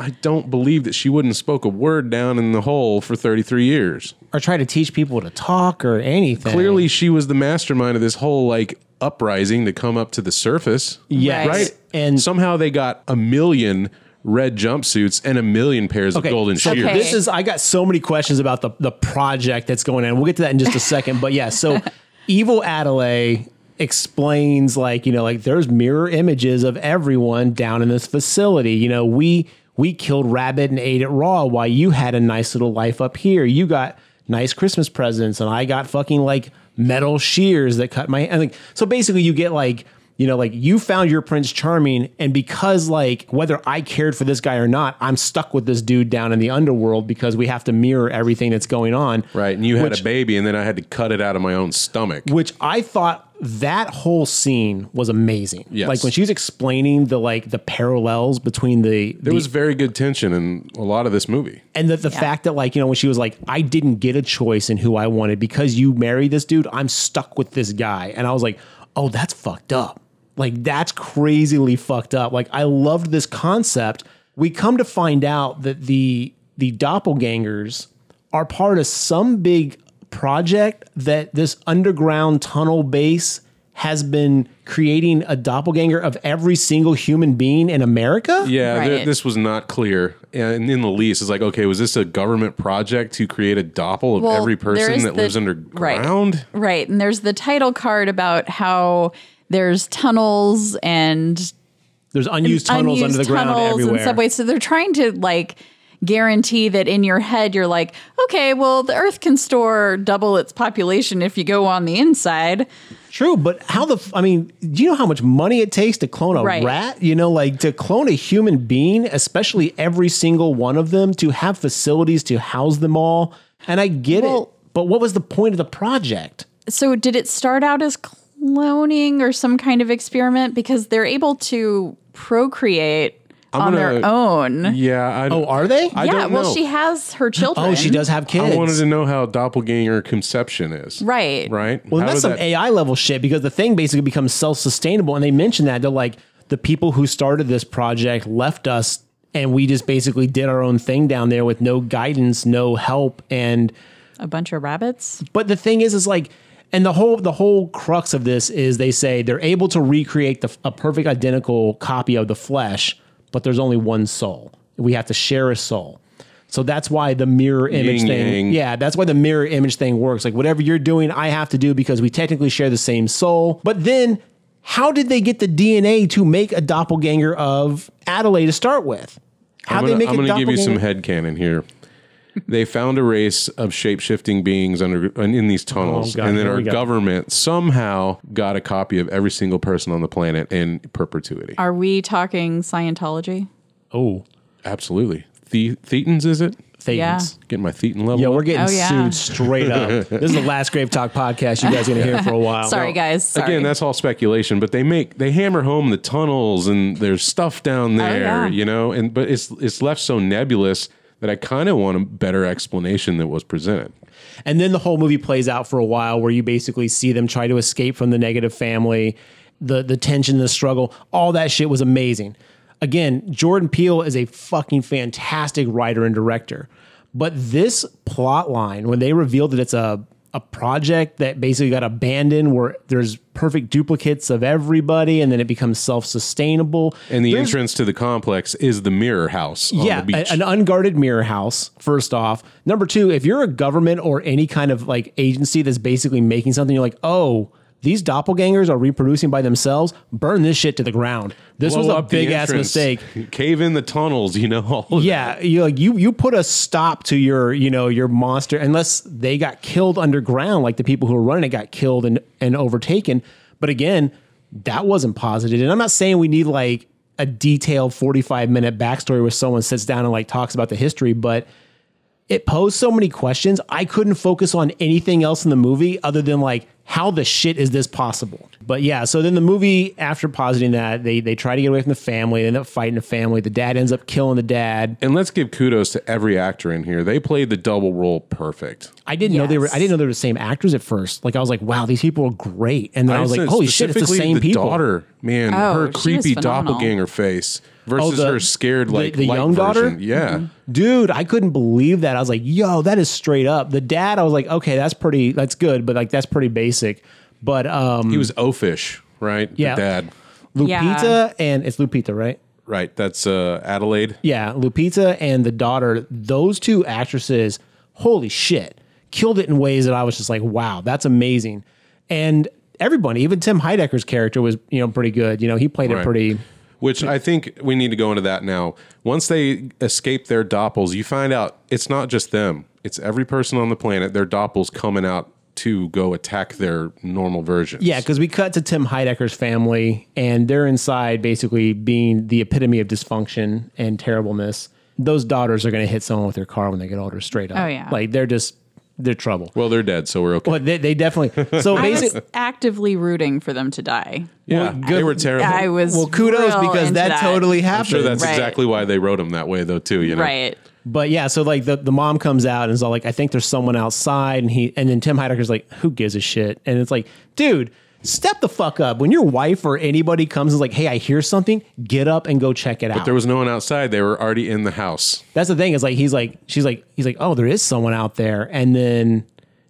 on. I don't believe that she wouldn't have spoke a word down in the hole for 33 years. or try to teach people to talk or anything. Clearly, she was the mastermind of this whole like uprising to come up to the surface. yes, Right. Right? And somehow they got a million red jumpsuits and a million pairs of golden so shears. This is I got so many questions about the the project that's going on. We'll get to that in just a second. But yeah, so evil Adelaide explains like you know like there's mirror images of everyone down in this facility. You know we we killed rabbit and ate it raw while you had a nice little life up here. You got nice Christmas presents and I got fucking like metal shears that cut my hand. Like, so basically you get like you know, like you found your Prince Charming, and because like whether I cared for this guy or not, I'm stuck with this dude down in the underworld because we have to mirror everything that's going on. Right, and you had Which- a baby, and then I had to cut it out of my own stomach. Which I thought that whole scene was amazing. Yes. Like when she was explaining the like the parallels between the, There was very good tension in a lot of this movie. and the, the fact that like you know when she was like i didn't get a choice in who i wanted because you married this dude i'm stuck with this guy and i was like oh that's fucked up like that's crazily fucked up like i loved this concept we come to find out that the the doppelgangers are part of some big project that this underground tunnel base has been creating a doppelganger of every single human being in america Yeah, Right. th- this was not clear, and in the least, it's like, okay, was this a government project to create a doppel of Well, every there person is that the- lives right. underground? Right. And there's the title card about how there's tunnels and there's unused tunnels unused under the ground tunnels everywhere and subways. So they're trying to like guarantee that in your head you're like, okay, well the Earth can store double its population if you go on the inside. True, but how the f- I mean, do you know how much money it takes to clone a Right. rat? You know, like to clone a human being, especially every single one of them, to have facilities to house them all. And I get Well- it, but what was the point of the project? So did it start out as cloning or some kind of experiment because they're able to procreate on their gonna- own? Yeah, I, Oh, are they? I yeah, don't well know. she has her children. oh, she does have kids. I wanted to know how doppelganger conception is. Right. Right. Well, How that's did some that- AI level shit because the thing basically becomes self sustainable. And they mentioned that they're like, the people who started this project left us and we just basically did our own thing down there with no guidance, no help. And A bunch of rabbits. But the thing is, is like, and the whole the whole crux of this is they say they're able to recreate the, a perfect identical copy of the flesh, but there's only one soul. We have to share a soul. So that's why the mirror image Yin thing. yang. Yeah, that's why the mirror image thing works. Like whatever you're doing, I have to do because we technically share the same soul. But then how did they get the DNA to make a doppelganger of Adelaide to start with? How I'm they gonna, make I'm a gonna give you some doppelganger- headcanon here. They found a race of shape shifting beings under in in these tunnels, Oh, God, and then here our we go. government somehow got a copy of every single person on the planet in perpetuity. Are we talking Scientology? Oh, Absolutely, the Thetans is it? things. Yeah. Getting my Thetan level. Yo, we're getting Oh, yeah. sued straight up. this is the last Grave Talk podcast you guys are gonna hear for a while. Sorry, guys. Sorry. Again, that's all speculation, but they make they hammer home the tunnels and there's stuff down Oh, there, yeah. you know, and but it's it's left so nebulous that I kind of want a better explanation that was presented. And then the whole movie plays out for a while, where you basically see them try to escape from the negative family, the the tension, the struggle, all that shit was amazing. Again, Jordan Peele is a fucking fantastic writer and director. But this plot line, when they reveal that it's a a project that basically got abandoned where there's perfect duplicates of everybody and then it becomes self-sustainable. And the There's- entrance to the complex is the mirror house on yeah, the beach. a- an unguarded mirror house. First off, number two, if you're a government or any kind of like agency that's basically making something, you're like, oh, these doppelgangers are reproducing by themselves. Burn this shit to the ground. This was Blow a up the big ass entrance. mistake. Cave in the tunnels, you know. all of Yeah, you like you you put a stop to your you know your monster unless they got killed underground, like the people who were running it got killed and and overtaken. But again, that wasn't posited, and I'm not saying we need like a detailed 45 minute backstory where someone sits down and like talks about the history, but it posed so many questions. I couldn't focus on anything else in the movie other than like how the shit is this possible? But yeah, so then the movie, after positing that, they they try to get away from the family. They end up fighting the family. The dad ends up killing the dad. And let's give kudos to every actor in here. They played the double role perfect. I didn't know they were. Yes. I didn't know they were the same actors at first. Like I was like, wow, these people are great. And then I, was like, said holy shit, it's the specifically same people. Daughter, man, Oh, her she was creepy phenomenal. doppelganger face versus Oh, the- her scared the- like the light young daughter? Mm-hmm. version. Yeah, Dude, I couldn't believe that. I was like, yo, that is straight up. The dad, I was like, okay, that's pretty. That's good, but like that's pretty basic. But um, he was Ofish, right? The Yeah. dad. Lupita Yeah. and it's Lupita, right? Right. That's uh, Adelaide. Yeah, Lupita and the daughter, those two actresses, holy shit, killed it in ways that I was just like, wow, that's amazing. And everybody, even Tim Heidecker's character was, you know, pretty good. You know, he played Right. it pretty Which I think we need to go into that now. Once they escape their doppels, you find out it's not just them, it's every person on the planet. Their doppels coming out to go attack their normal versions. Yeah, because we cut to Tim Heidecker's family, and they're inside basically being the epitome of dysfunction and terribleness. Those daughters are going to hit someone with their car when they get older, straight up. Oh, yeah. Like they're just, they're trouble. Well, they're dead, so we're okay. But they, they definitely, so I was basically, actively rooting for them to die. yeah, they were terrible. I was well, kudos real because into that, totally I'm happened. sure that's Right. exactly why they wrote them that way, though, too. You know, right. But yeah, so like the, the mom comes out and is all like, I think there's someone outside. And he, and then Tim Heidecker's like, who gives a shit? And it's like, dude, step the fuck up. When your wife or anybody comes and is like, hey, I hear something, get up and go check it out. There was no one outside. They were already in the house. That's the thing is like he's like she's like he's like oh there is someone out there and then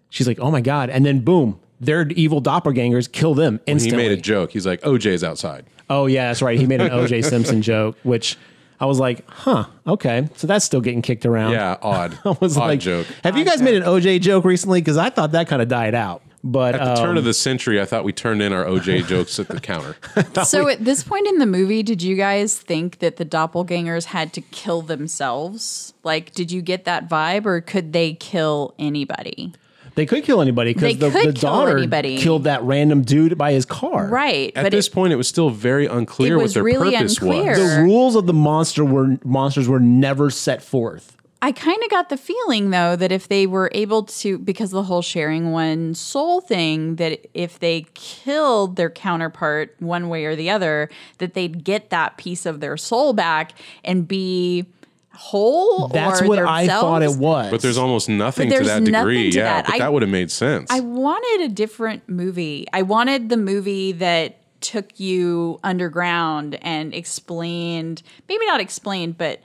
she's like oh my god and then boom their evil doppelgangers kill them He instantly. made a joke. He's like, OJ's outside. oh yeah that's right he made an O.J. Simpson joke which I was like huh okay so that's still getting kicked Um, around Yeah, odd. I was odd like joke. have you guys made an O.J. joke recently because I thought that kind of died out but At the um, turn of the century, I thought we turned in our OJ jokes at the counter. So at this point in the movie, did you guys think that the doppelgangers had to kill themselves? Like, did you get that vibe, or could they kill anybody? they could kill anybody They because the, could the kill daughter anybody. killed that random dude by his car Right, At this it- point, it was still very unclear It what was their really purpose unclear. was. the rules of the monster were monsters were never set forth I kind of got the feeling though that if they were able to, because the whole sharing one soul thing, that if they killed their counterpart one way or the other, that they'd get that piece of their soul back and be whole. that's or what I themselves. thought it was But there's almost nothing there's to that degree. nothing to yeah, that. but I- that would have made sense. I wanted a different movie. I wanted the movie that took you underground and explained, maybe not explained, but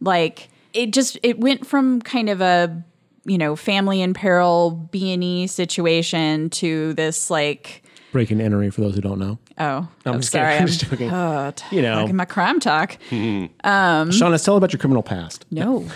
like it just it went from kind of a you know family in peril B and E situation to this like breaking entering for those who don't know. oh I'm I'm, just kidding. sorry I'm I'm just joking. oh, You know. talking my crime talk Sean, let's tell about your criminal past. No.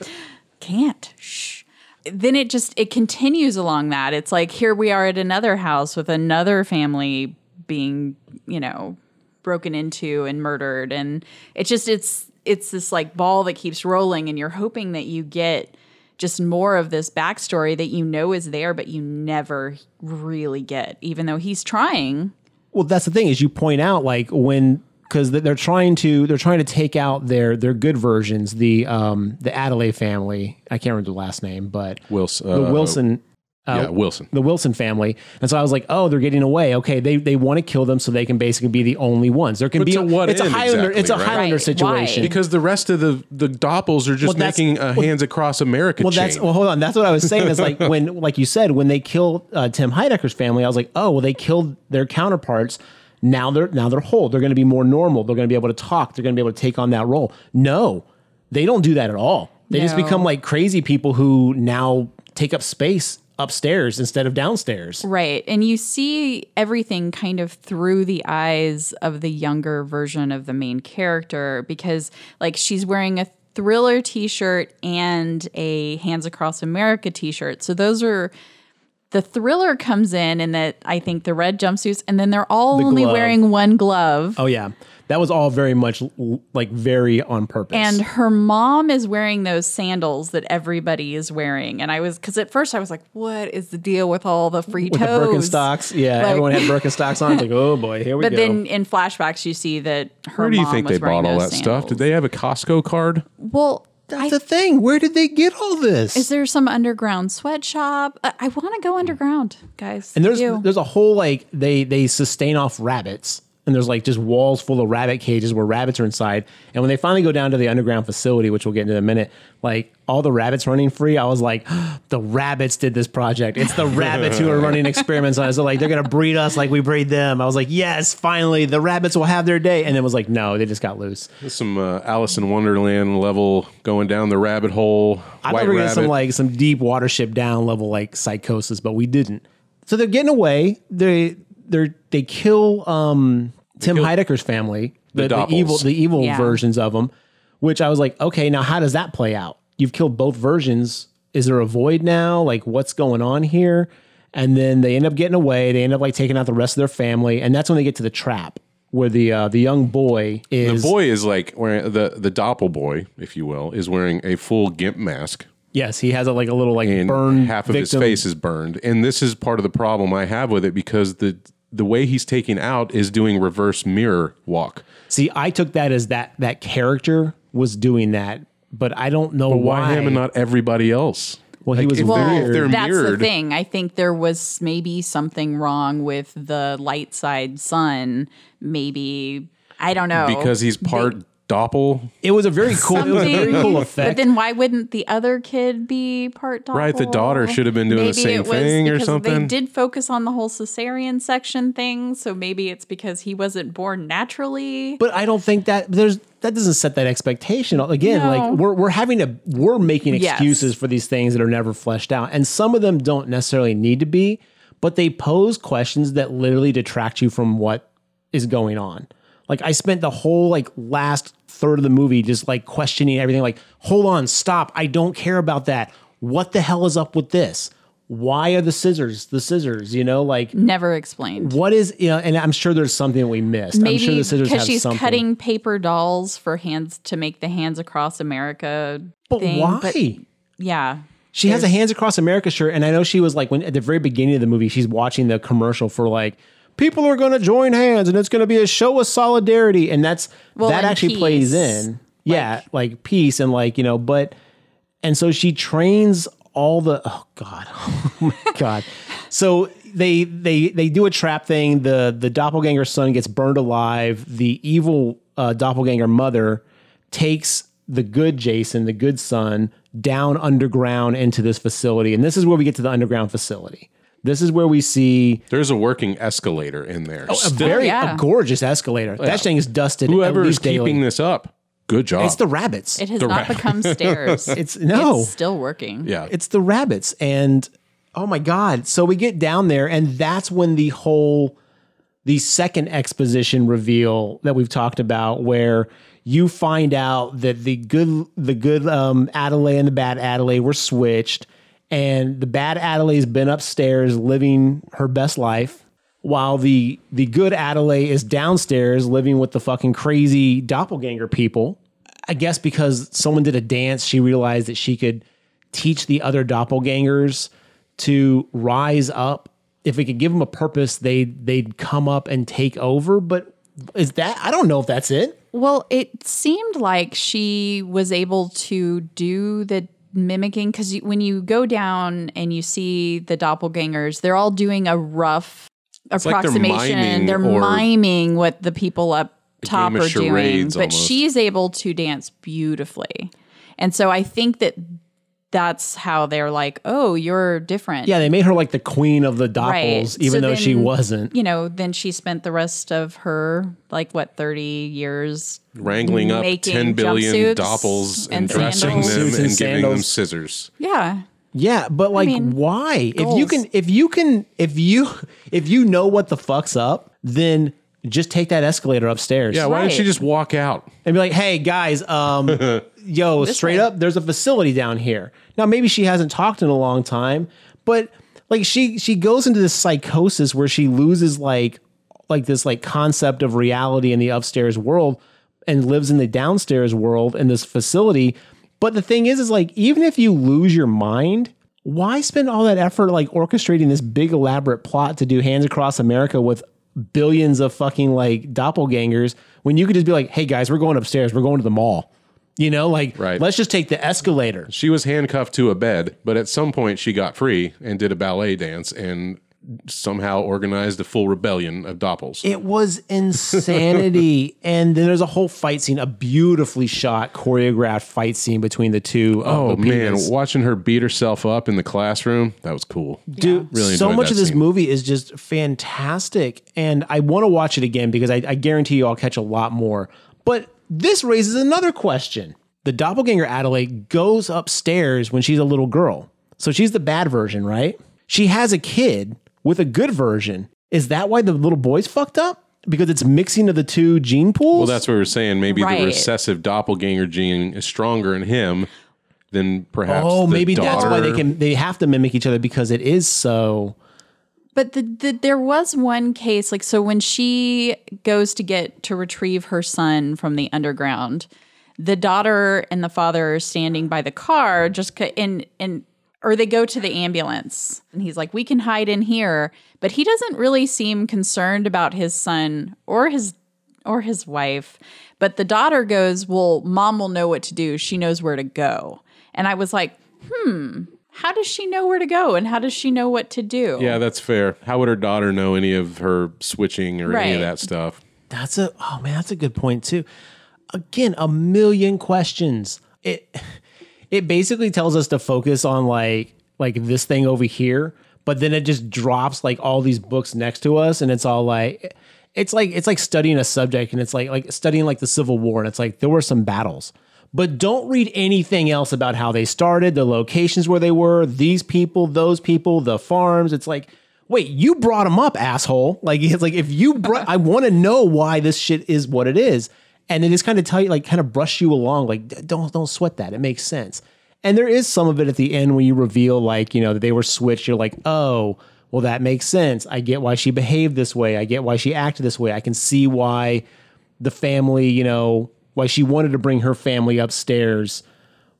Can't. Shh. Then it just it continues along that. It's like here we are at another house with another family being, you know, broken into and murdered and it's just it's it's this like ball that keeps rolling and you're hoping that you get just more of this backstory that you know is there but you never really get even though he's trying. Well, that's the thing is you point out like when because they're trying to they're trying to take out their their good versions the um the Adelaide family I can't remember the last name but Wilson. the Wilson yeah, Wilson. the Wilson family and so I was like oh they're getting away okay they they want to kill them so they can basically be the only ones there can But be to what it's a end Highlander it's a exactly, right? Highlander Right. situation Why? Because the rest of the, the doppels are just Well, that's- making a hands across America Well, chain. that's well. Hold on, that's what I was saying. Is like when, like you said, when they killed uh, Tim Heidecker's family, I was like, oh, well, they killed their counterparts. Now they're now they're whole. They're going to be more normal. They're going to be able to talk. They're going to be able to take on that role. No, they don't do that at all. They just No. become like crazy people who now take up space upstairs instead of downstairs. Right. And you see everything kind of through the eyes of the younger version of the main character because, like, she's wearing a thriller t shirt and a Hands Across America t shirt. So those are. The thriller comes in, and that I think the red jumpsuits, and then they're all The only glove. wearing one glove. Oh yeah, that was all very much l- like very on purpose. And her mom is wearing those sandals that everybody is wearing. And I was, because at first I was like, what is the deal with all the free with the toes? Birkenstocks, yeah, Like- everyone had Birkenstocks on. It's like, oh boy, here we But go. then in flashbacks, you see that her Where do you mom think was they wearing bought all that those stuff? sandals. Did they have a Costco card? Well, That's the thing. Where did they get all this? Is there some underground sweatshop? I, I want to go underground, guys. and there's You. there's a whole like they they sustain off rabbits and there's like just walls full of rabbit cages where rabbits are inside and when they finally go down to the underground facility which we'll get into in a minute like all the rabbits running free i was like the rabbits did this project it's the rabbits who are running experiments on us so like they're gonna breed us like we breed them i was like yes finally the rabbits will have their day and it was like no they just got loose There's some uh, Alice in Wonderland level going down the rabbit hole. I White thought we were rabbit. getting some like some deep watership down level like psychosis, but we didn't. So they're getting away. They they they kill um Tim kill- Heidecker's family, The the, the Doppels. evil the evil Yeah. versions of them. Which I was like, okay, now how does that play out? You've killed both versions. Is there a void now? Like what's going on here? And then they end up getting away. They end up like taking out the rest of their family, and that's when they get to the trap where the uh, the young boy the is. boy is like wearing the the doppel boy, if you will, is wearing a full gimp mask. Yes, he has a, like a little like and burn half of victim. his face is burned. And this is part of the problem I have with it because the the way he's taken out is doing reverse mirror walk. See, I took that as that that character was doing that, but I don't know Why, why. him and not everybody else? Well, he was if they're- if weird. they're that's mirrored, the thing. I think there was maybe something wrong with the light side sun. Maybe I don't know because he's part doppel, it was a very cool. It was a very Something- cool But effect. then why wouldn't the other kid be part doppel? Right, the daughter should have been doing the Maybe same it was thing or because They something. did focus on the whole cesarean section thing, so maybe it's because he wasn't born naturally. but I don't think that there's that doesn't set that expectation. Again, No. like we're we're having to we're making Yes. excuses for these things that are never fleshed out, and some of them don't necessarily need to be, but they pose questions that literally detract you from what is going on. Like I spent the whole like last third of the movie just like questioning everything. Like, hold on, stop! I don't care about that. What the hell is up with this? Why are the scissors the scissors? You know, like Never explained. what is you know? And I'm sure there's something we missed. I'm sure Maybe the scissors have because she's something. cutting paper dolls for hands to make the hands across America. But thing, why? but- yeah. she has a Hands Across America shirt, and I know she was like when at the very beginning of the movie, she's watching the commercial for like people are going to join hands, and it's going to be a show of solidarity, and that's Well, that and actually plays peace. in, yeah, like peace and like you know, but and so she trains all the oh god, oh my god, so. They they they do a trap thing. The the doppelganger son gets burned alive. The evil uh, doppelganger mother takes the good Jason, the good son, down underground into this facility. And this is where we get to the underground facility. This is where we see there's a working escalator in there. Oh, a Still, very yeah. a gorgeous escalator. That thing is dusted at whoever is least keeping daily. this up, good job. It's the rabbits. It has not become stairs. it's no. It's still working. yeah, It's the rabbits. And oh my God. So we get down there, and that's when the whole the second exposition reveal that we've talked about where you find out that the good the good um Adelaide and the bad Adelaide were switched and the bad Adelaide's been upstairs living her best life while the the good Adelaide is downstairs living with the fucking crazy doppelganger people I guess because someone did a dance, she realized that she could teach the other doppelgangers to rise up. If we could give them a purpose, they they'd come up and take over. But is that I don't know if that's it. Well, it seemed like she was able to do the mimicking because when you go down and you see the doppelgangers, they're all doing a rough like they're approximation. miming they're or- miming what the people up top game of are doing, charades but almost. she's able to dance beautifully. And so I think that that's how they're like, oh, you're different. Yeah, they made her like the queen of the doppels, even So though she then, wasn't. You know, then she spent the rest of her like what thirty years wrangling up making ten billion jumpsuits doppels and, and dressing sandals. them Suits and, and giving them sandals. scissors. Yeah. Yeah, but like mean, why? If you goals. can if you can if you if you know what the fuck's up, then just take that escalator upstairs. Yeah, why didn't she Right. just walk out? and be like, "Hey guys, um, yo, straight way. up, there's a facility down here." Now maybe she hasn't talked in a long time, but like she she goes into this psychosis where she loses like like this like concept of reality in the upstairs world and lives in the downstairs world in this facility. But the thing is, is like even if you lose your mind. Why spend all that effort like orchestrating this big elaborate plot to do Hands Across America with billions of fucking like doppelgangers when you could just be like, hey guys, we're going upstairs, we're going to the mall. You know, like Right. let's just take the escalator. She was handcuffed to a bed, but at some point she got free and did a ballet dance and somehow organized a full rebellion of Doppels. It was insanity. and then there's a whole fight scene, a beautifully shot, choreographed fight scene between the two. uh, of oh man, Lopitas. watching her beat herself up in the classroom, that was cool. Dude, Really so enjoyed much that of this scene. movie is just fantastic, and I want to watch it again because I, I guarantee you I'll catch a lot more. But this raises another question: the doppelganger Adelaide goes upstairs when she's a little girl, so she's the bad version, right? She has a kid with a good version. Is that why the little boy's fucked up? Because it's mixing of the two gene pools. Well, that's what we were saying. Maybe the Right. recessive doppelganger gene is stronger in him than perhaps. oh, the maybe that's why they daughter. can they have to mimic each other because it is so. But the, the there was one case like so when she goes to get to retrieve her son from the underground, the daughter and the father are standing by the car just ca- and and or they go to the ambulance and he's like we can hide in here, but he doesn't really seem concerned about his son or his or his wife. But the daughter goes, "Well, mom will know what to do. She knows where to go." And I was like, "Hmm, "How does she know where to go and how does she know what to do?" Yeah, that's fair. How would her daughter know any of her switching or any of Right. that stuff? That's a oh man, that's a good point too. Again, a million questions. It it basically tells us to focus on like like this thing over here, but then it just drops like all these books next to us, and it's all like it's like it's like studying a subject, and it's like like studying like the Civil War, and it's like there were some battles. But don't read anything else about how they started, the locations where they were, these people, those people, the farms. It's like, wait, you brought them up, asshole. Like it's like if you brought, I want to know why this shit is what it is, and they just kind of tell you, like, kind of brush you along, like, "D- don't don't sweat that. It makes sense. And there is some of it at the end when you reveal, like, you know, that they were switched. You're like, oh, well, that makes sense. I get why she behaved this way. I get why she acted this way. I can see why the family, you know, why she wanted to bring her family upstairs.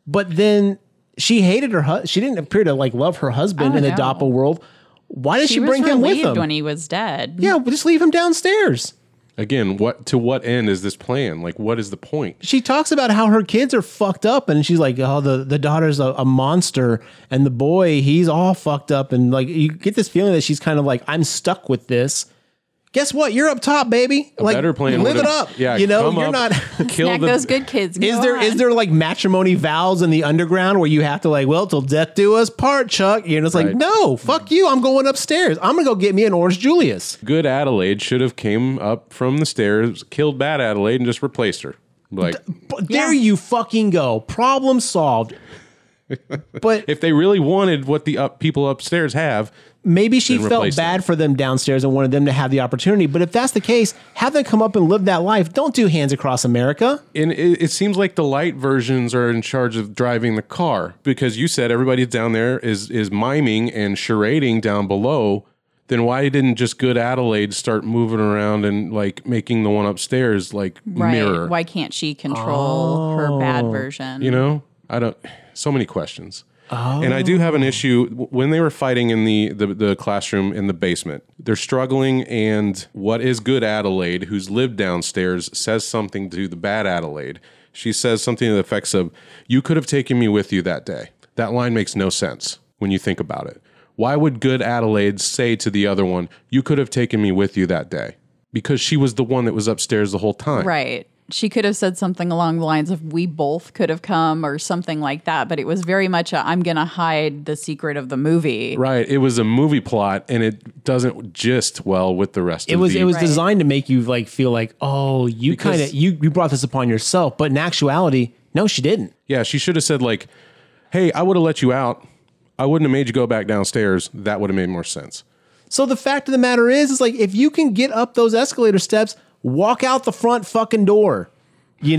But then she hated her husband. She didn't appear to like love her husband Oh, in the no. Doppel world. Why did she, she was bring him with relieved him? when he was dead. yeah, well, just leave him downstairs. Again, what to what end is this plan? Like, what is the point? She talks about how her kids are fucked up, and she's like, "Oh, the the daughter's a, a monster, and the boy he's all fucked up." And like, you get this feeling that she's kind of like, "I'm stuck with this." Guess what? You're up top, baby. like, Better plan. live it would've- up. Yeah, you know, come you're up, not. kill Snack the- those good kids. Is Go there is on. there like matrimony vows in the underground where you have to like, well, till death do us part, Chuck? You know, it's like, Right. no, fuck you. I'm going upstairs. I'm gonna go get me an orange Julius. Good Adelaide should have came up from the stairs, killed bad Adelaide, and just replaced her. Like, But there you fucking go. Problem solved. But if they really wanted what the up, people upstairs have, maybe she then felt replace them. bad for them downstairs and wanted them to have the opportunity. But if that's the case, have them come up and live that life. Don't do hands across America. and it, it seems like the light versions are in charge of driving the car because you said everybody down there is is miming and charading down below. Then why didn't just good Adelaide start moving around and like making the one upstairs like right? mirror? Why can't she control her Oh. bad version? You know, I don't. So many questions. And I do have an issue W- when they were fighting in the, the the classroom in the basement. They're struggling, and what is good Adelaide, who's lived downstairs, says something to the bad Adelaide. She says something to the effects of, "You could have taken me with you that day." That line makes no sense when you think about it. Why would good Adelaide say to the other one, "You could have taken me with you that day"? Because she was the one that was upstairs the whole time. right? She could have said something along the lines of "We both could have come" or something like that. But it was very much a "I'm going to hide the secret of the movie." Right. It was a movie plot and it doesn't gist well with the rest It of was the it was Right. designed to make you like feel like, oh, you Because- kind of you you brought this upon yourself. But in actuality, no, she didn't. Yeah, she should have said like, "Hey, I would have let you out. I wouldn't have made you go back downstairs. That would have made more sense." So the fact of the matter is, is like if you can get up those escalator steps, walk out the front fucking door. You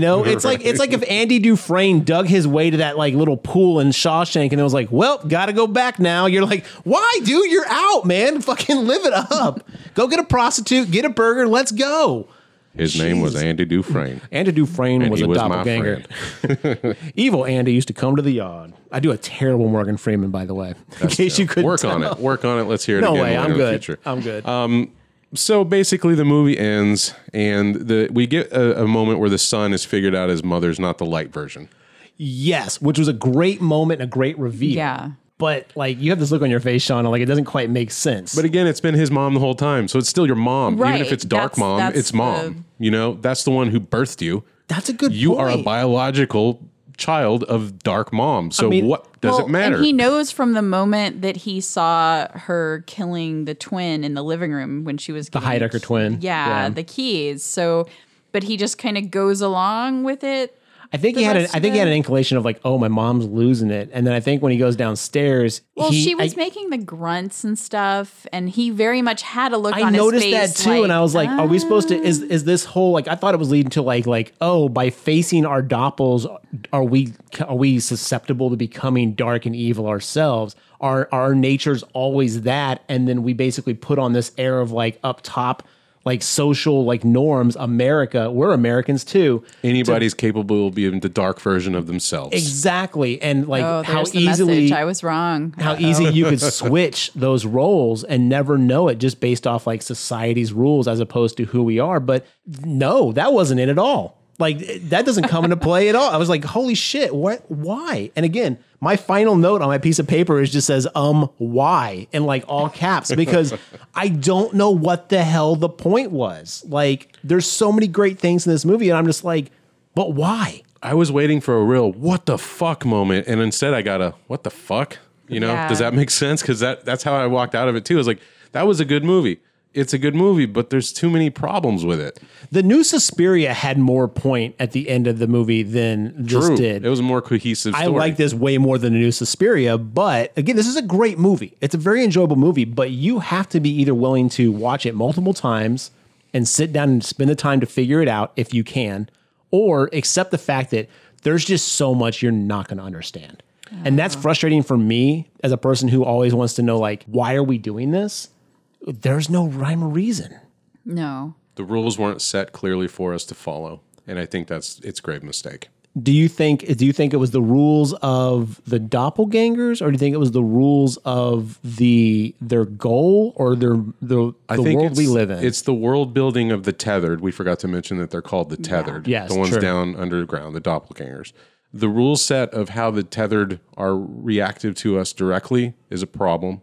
know, it's like it's like if Andy Dufresne dug his way to that like little pool in Shawshank and it was like, well, gotta go back now. You're like, why, dude? You're out, man. Fucking live it up. go get a prostitute, get a burger, let's go. His name was Jeez. Andy Dufresne. Andy Dufresne And was he a was my doppelganger. Evil Andy used to come to the yard. I do a terrible Morgan Freeman, by the way. in case you could Work on it. Work on it. Let's hear it No again way. later I'm in the good. future. I'm good. so basically the movie ends and the we get a, a moment where the son is figured out his mother's not the light version Yes, which was a great moment and a great reveal. Yeah. But like you have this look on your face, Sean, like it doesn't quite make sense. but again it's been his mom the whole time so it's still your mom even if Right, it's dark that's- mom that's it's mom you know that's the one who birthed you that's a good you point. are a biological child of dark mom so mean- what does Well, it matter And he knows from the moment that he saw her killing the twin in the living room when she was the getting- Heidecker twin. Yeah, the keys. So, but he just kind of goes along with it. I think he the had a, rest I of think he had it. an inclination of like, oh, my mom's losing it. And then I think when he goes downstairs, Well, he- she was I, making the grunts and stuff, and he very much had a look I on noticed his face. that too, and I was like, "Are we supposed to? Is is this whole like? I thought it was leading to like like oh, by facing our doppels, are we are we susceptible to becoming dark and evil ourselves? Our our nature's always that, and then we basically put on this air of like up top, like social like norms. America, we're Americans too, anybody's capable of being the dark version of themselves exactly, and like Oh, how there's the easily message. I was wrong. how easy you could switch those roles and never know it just based off like society's rules as opposed to who we are. But no, that wasn't it at all. Like that doesn't come into play at all. I was like, holy shit, what why? And again, my final note on my piece of paper is just says um why in like all caps because I don't know what the hell the point was. Like there's so many great things in this movie and I'm just like, but why? i was waiting for a real what the fuck moment and instead i got a what the fuck you know Yeah. does that make sense because that, that's how i walked out of it too It's like that was a good movie it's a good movie but there's too many problems with it The new Suspiria had more point at the end of the movie than this True. did. It was a more cohesive story. I like this way more than the new Suspiria, but again, this is a great movie. It's a very enjoyable movie, but you have to be either willing to watch it multiple times and sit down and spend the time to figure it out if you can, or accept the fact that there's just so much you're not going to understand. And that's frustrating for me as a person who always wants to know, like, why are we doing this? There's no rhyme or reason. No. The rules weren't set clearly for us to follow, and I think that's its grave mistake. Do you think do you think it was the rules of the doppelgangers, or do you think it was the rules of the their goal or their the, I the think world we it's- live in? It's the world building of the tethered. We forgot to mention that they're called the tethered. Yes, the ones true. down underground, the doppelgangers. The rule set of how the tethered are reactive to us directly is a problem,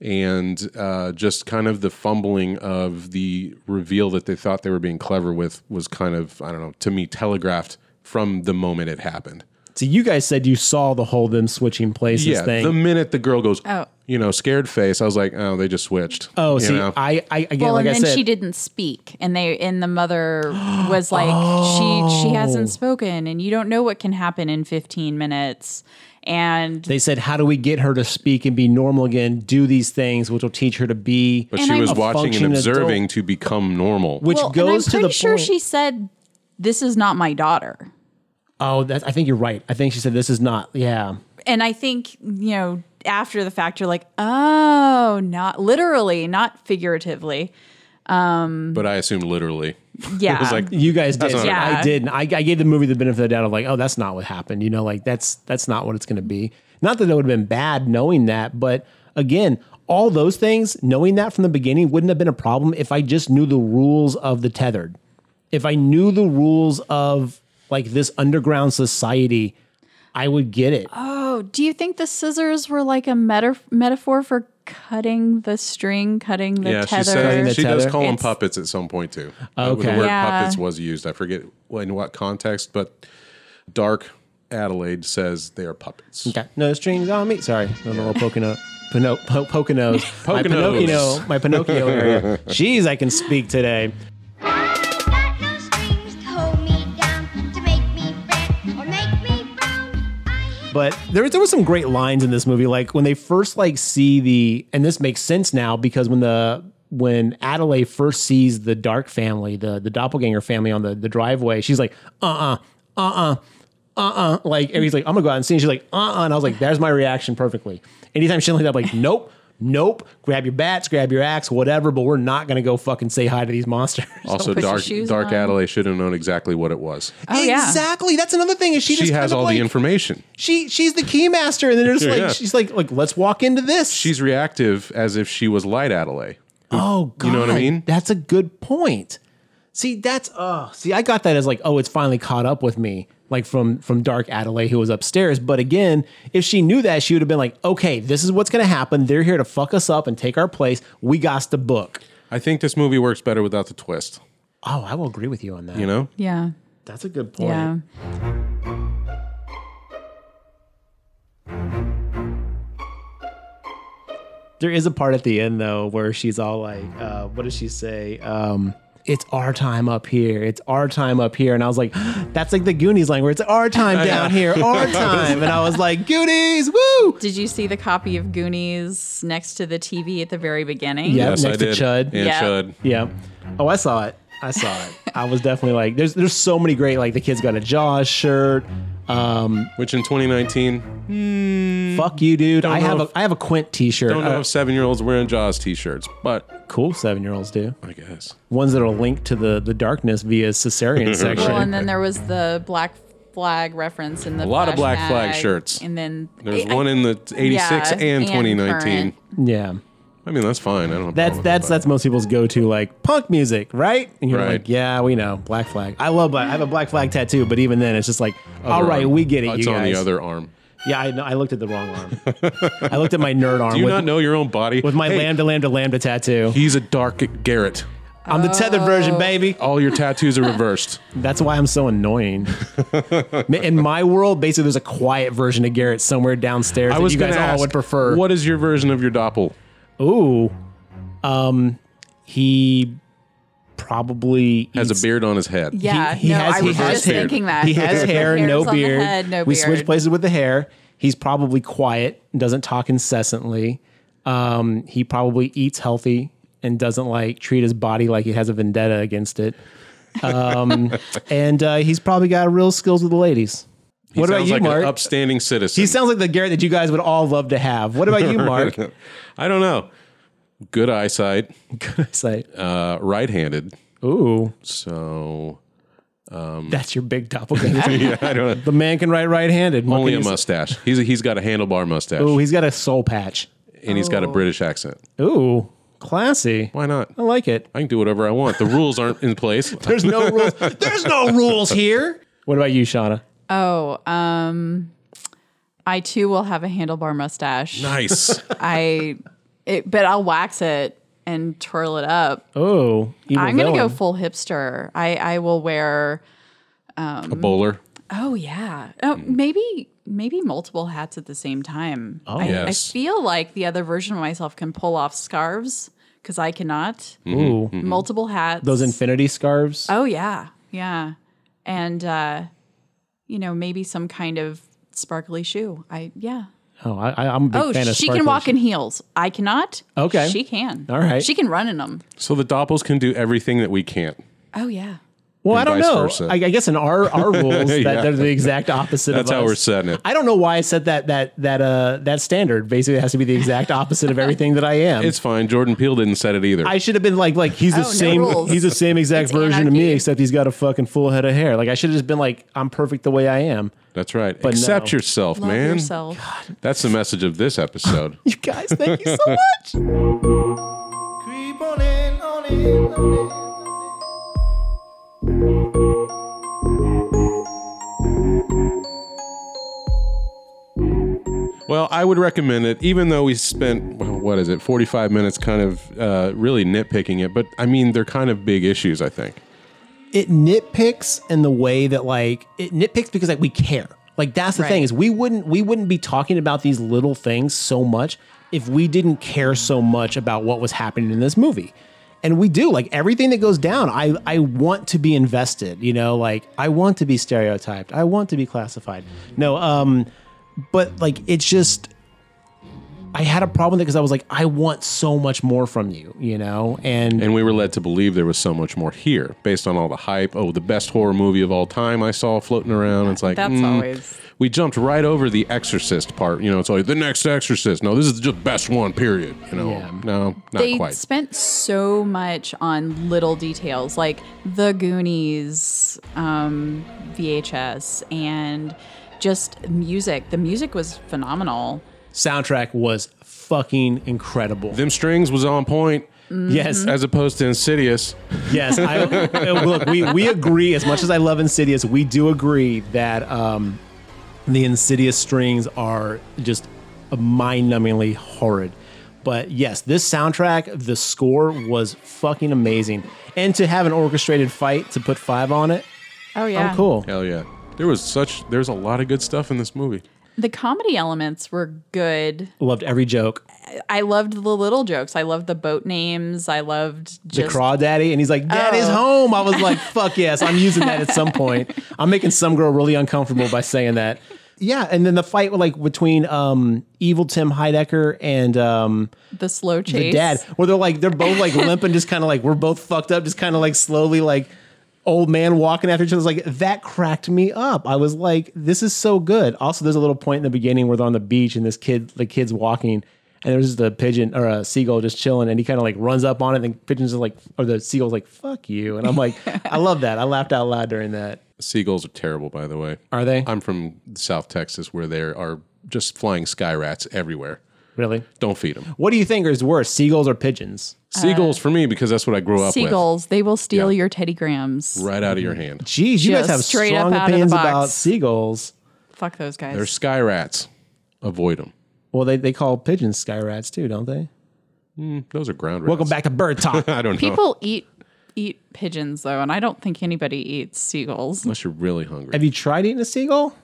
and uh, just kind of the fumbling of the reveal that they thought they were being clever with was kind of I don't know to me telegraphed from the moment it happened. so you guys said you saw the whole them switching places yeah, thing. the minute the girl goes, Oh. you know, scared face, I was like, oh, they just switched. oh, you see, know? I, I again, Well, like I and then said, she didn't speak, and they and the mother was like, she she hasn't Oh. spoken, and you don't know what can happen in fifteen minutes, and they said, how do we get her to speak and be normal again? Do these things, which will teach her to be. but she was a watching and functioning observing adult. to become normal. which well, and goes to I'm pretty the sure point. she said, "This is not my daughter," oh, that's, I think you're right. I think she said this is not. Yeah, and I think you know after the fact you're like, oh, not literally, not figuratively, but I assume literally. yeah. Ah, It was like, You guys did. not right. I didn't. I, I gave the movie the benefit of the doubt of like, oh, that's not what happened. You know, like that's that's not what it's going to be. Not that it would have been bad knowing that, but again, all those things, knowing that from the beginning wouldn't have been a problem if I just knew the rules of the tethered. If I knew the rules of like this underground society, I would get it. Do you think the scissors were like a meta- metaphor for cutting the string, cutting the yeah, she tether? said she does tether. call them It's- puppets at some point too. Uh, Okay. the word Yeah. puppets was used. I forget in what context, but Dark Adelaide says they are puppets. Okay. No strings on me. Sorry, I'm a little Pocono. Pino, po, Poconos. My Poconos. Pinocchio, my Pinocchio area. Jeez, I can speak today. But there, there was some great lines in this movie. Like when they first like see the, and this makes sense now because when the when Adelaide first sees the Dark family, the the doppelganger family on the the driveway, she's like, uh uh, uh uh. Uh uh like and he's like I'm gonna go out and see and she's like uh uh and I was like there's my reaction perfectly. Anytime she like that, I'm like nope, nope, grab your bats, grab your axe, whatever, but we're not gonna go fucking say hi to these monsters. Also, put your Dark shoes Dark on. Adelaide should have known exactly what it was. Oh, yeah. exactly. That's another thing is she, she just has kind of all like, the information. She she's the keymaster and then they're just like Yeah. she's like like let's walk into this. She's reactive as if she was Light Adelaide. Oh god. you know what I mean? That's a good point. See, that's uh see, I got that as like, oh, it's finally caught up with me. Like from from Dark Adelaide who was upstairs. But again, if she knew that, she would have been like, okay, this is what's gonna happen. They're here to fuck us up and take our place. We got the book. I think this movie works better without the twist. Oh, I will agree with you on that. You know, Yeah. That's a good point. Yeah. There is a part at the end though where she's all like, uh, "What does she say?" Um, it's our time up here. It's our time up here. And I was like, that's like the Goonies line where it's our time down here, our time. And I was like, Goonies, woo! Did you see the copy of Goonies next to the TV at the very beginning? Yeah. next to Chud. And Yeah. Chud. Yeah. Oh, I saw it. I saw it. I was definitely like, there's there's so many great like the kids got a Jaws shirt. Um, Which in 2019, fuck you, dude. I know have a if- I have a Quint T-shirt. don't know Uh, if seven year olds wearing Jaws t shirts, but cool seven year olds do I guess. ones that are linked to the the darkness via cesarean section. Well, and then there was the black flag reference in the A lot of Black flashback, Flag shirts. And then There's I- I- one in the 86 yeah, and and 2019. current. yeah. I mean, that's fine. I don't have a That's problem with that's that. that's most people's go-to like punk music, right? And you're Right. like, yeah, we know Black Flag. I love Black. I have a Black Flag tattoo, but even then, it's just like, all Other right, arm. Oh, we get it, It's you on guys. the other arm. Yeah, I, know, I looked at the wrong arm. I looked at my nerd arm Do you with, not know your own body? with my Hey, lambda lambda lambda tattoo. He's a dark Garrett. I'm the tethered version, baby. All your tattoos are reversed. That's why I'm so annoying. In my world, basically, there's a quiet version of Garrett somewhere downstairs I that was you going guys to all ask, would prefer. what is your version of your doppel? Ooh, um, he probably Has eats- a beard on his head. Yeah, He- he no, has- I he was has just hair. thinking that He has hair, Hair's no on the beard. head, no we beard. switch places with the hair. He's probably quiet, doesn't talk incessantly. Um, he probably eats healthy and doesn't like treat his body like he has a vendetta against it. Um, and uh, he's probably got real skills with the ladies. He what about sounds you, like Mark? An upstanding citizen. he sounds like the Garrett that you guys would all love to have. What about you, Mark? I don't know. Good eyesight. it's like, Uh, right-handed. ooh, So that's your big doppelganger. yeah, I don't know. the man can write right-handed. What Only can a you say? mustache. He's he's got a handlebar mustache, Ooh, he's got a soul patch. and he's Oh. got a British accent. Ooh, classy. Why not? I like it. I can do whatever I want. The rules aren't in place. There's no rules. There's no rules here. What about you, Shauna? Oh, um, I too will have a handlebar mustache. Nice. I, it, but I'll wax it and twirl it up. Oh, evil I'm gonna go villain. full hipster. I I will wear. a bowler. Oh yeah. Oh, Hmm. maybe maybe multiple hats at the same time. Oh I, Yes. I feel like the other version of myself can pull off scarves because I cannot. Ooh, Multiple hats. Mm-hmm. those infinity scarves. Oh yeah, yeah, and uh, you know maybe some kind of sparkly shoe. I yeah. Oh, I, I- I'm a big Oh, fan of. she can walk in heels. I cannot. Okay. she can. All right. she can run in them. So the doppels can do everything that we can't. Oh yeah. Well, I and don't vice know. versa. I, I guess in our our rules, that Yeah. they're the exact opposite. That's of how us. we're setting it. I don't know why I said that that that uh that standard basically has to be the exact opposite of everything that I am. It's fine. Jordan Peele didn't set it either. I should have been like like he's the Oh, no same rules. he's the same exact It's version of me anarchy. except he's got a fucking full head of hair. Like I should have just been like I'm perfect the way I am. That's right. But Accept no. yourself, Love man. yourself. That's the message of this episode. You guys, thank you so much. Well, I would recommend it, even though we spent, well, what is it, 45 minutes kind of uh, really nitpicking it. But I mean, they're kind of big issues, I think. it nitpicks in the way that like it nitpicks because like we care. Like that's the Right. thing is we wouldn't we wouldn't be talking about these little things so much if we didn't care so much about what was happening in this movie. And we do like everything that goes down. I I want to be invested, you know, like I want to be stereotyped. I want to be classified. No, um but like it's just I had a problem with it because I was like, I want so much more from you, you know? And And we were led to believe there was so much more here based on all the hype. Oh, the best horror movie of all time I saw floating around. It's like, That's mm. always We jumped right over the Exorcist part. You know, it's like the next Exorcist. No, this is just best one, period. You know, Yeah. no, not they quite. spent so much on little details like the Goonies um, VHS and just music. The music was phenomenal. soundtrack was fucking incredible. Them strings was on point. Yes, as opposed to Insidious. yes. I, uh, look, we, we agree. As much as I love Insidious, we do agree that um, the Insidious strings are just mind-numbingly horrid. But yes, this soundtrack, the score was fucking amazing, and to have an orchestrated fight to put five on it, Oh yeah. I'm cool. Hell yeah. There was such there's a lot of good stuff in this movie. The comedy elements were good. Loved every joke. I loved the little jokes. I loved the boat names. I loved the just crawdaddy, and he's like, "Dad is home." I was like, "Fuck yes!" I'm using that at some point. I'm making some girl really uncomfortable by saying that. Yeah, and then the fight like between um, evil Tim Heidecker and um, the slow the chase. dad, where they're like they're both like limping, just kind of like we're both fucked up, just kind of like slowly like old man walking after each other's like that cracked me up i was like this is so good also there's a little point in the beginning where they're on the beach and this kid the kid's walking and there's just a pigeon or a seagull just chilling and he kind of like runs up on it and the pigeon's like or the seagull's like fuck you and i'm like i love that i laughed out loud during that Seagulls are terrible, by the way. are they I'm from South Texas where there are just flying sky rats everywhere. really Don't feed them. what do you think is worse seagulls or pigeons Seagulls for me because that's what I grew up Uh, Seagulls, they will steal Yeah. your Teddy Grams. with. Right out of your Mm-hmm. hand. Jeez, you guys Just have straight up strong out of the opinions box. about seagulls Fuck those guys. They're sky rats. Avoid them. well they, they call pigeons sky rats too don't they Those are ground rats. welcome back to bird talk I don't know. People eat eat pigeons though, and I don't think anybody eats seagulls. Unless you're really hungry. Have you tried eating a seagull?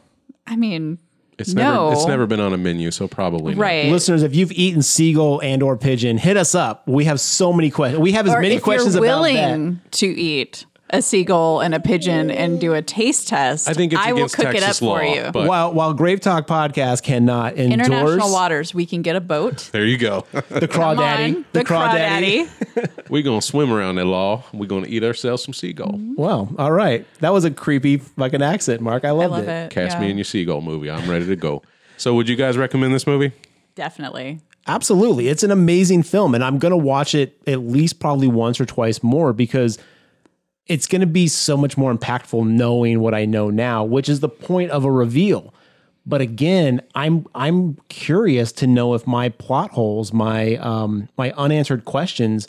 I mean, it's never no. it's never been on a menu, so probably not. right? Listeners, if you've eaten seagull and or pigeon, hit us up. We have so many questions. We have as Or many if questions you're about willing that. to eat a seagull and a pigeon and do a taste test, I think it's I will against cook Texas it up law. for you. But while while Grave Talk podcast cannot endorse International waters, we can get a boat. there you go. the Come crawdaddy, on, the crawdaddy. We're gonna swim around that law. We're gonna eat ourselves some seagull. Mm-hmm. Wow, all right, that was a creepy fucking accent, Mark. I I loved it. love it. Cast me yeah. in your seagull movie. I'm ready to go. So, would you guys recommend this movie? Definitely. Absolutely, it's an amazing film, and I'm gonna watch it at least probably once or twice more because it's gonna be so much more impactful knowing what I know now, which is the point of a reveal. but again i'm i'm curious to know if my plot holes my um my unanswered questions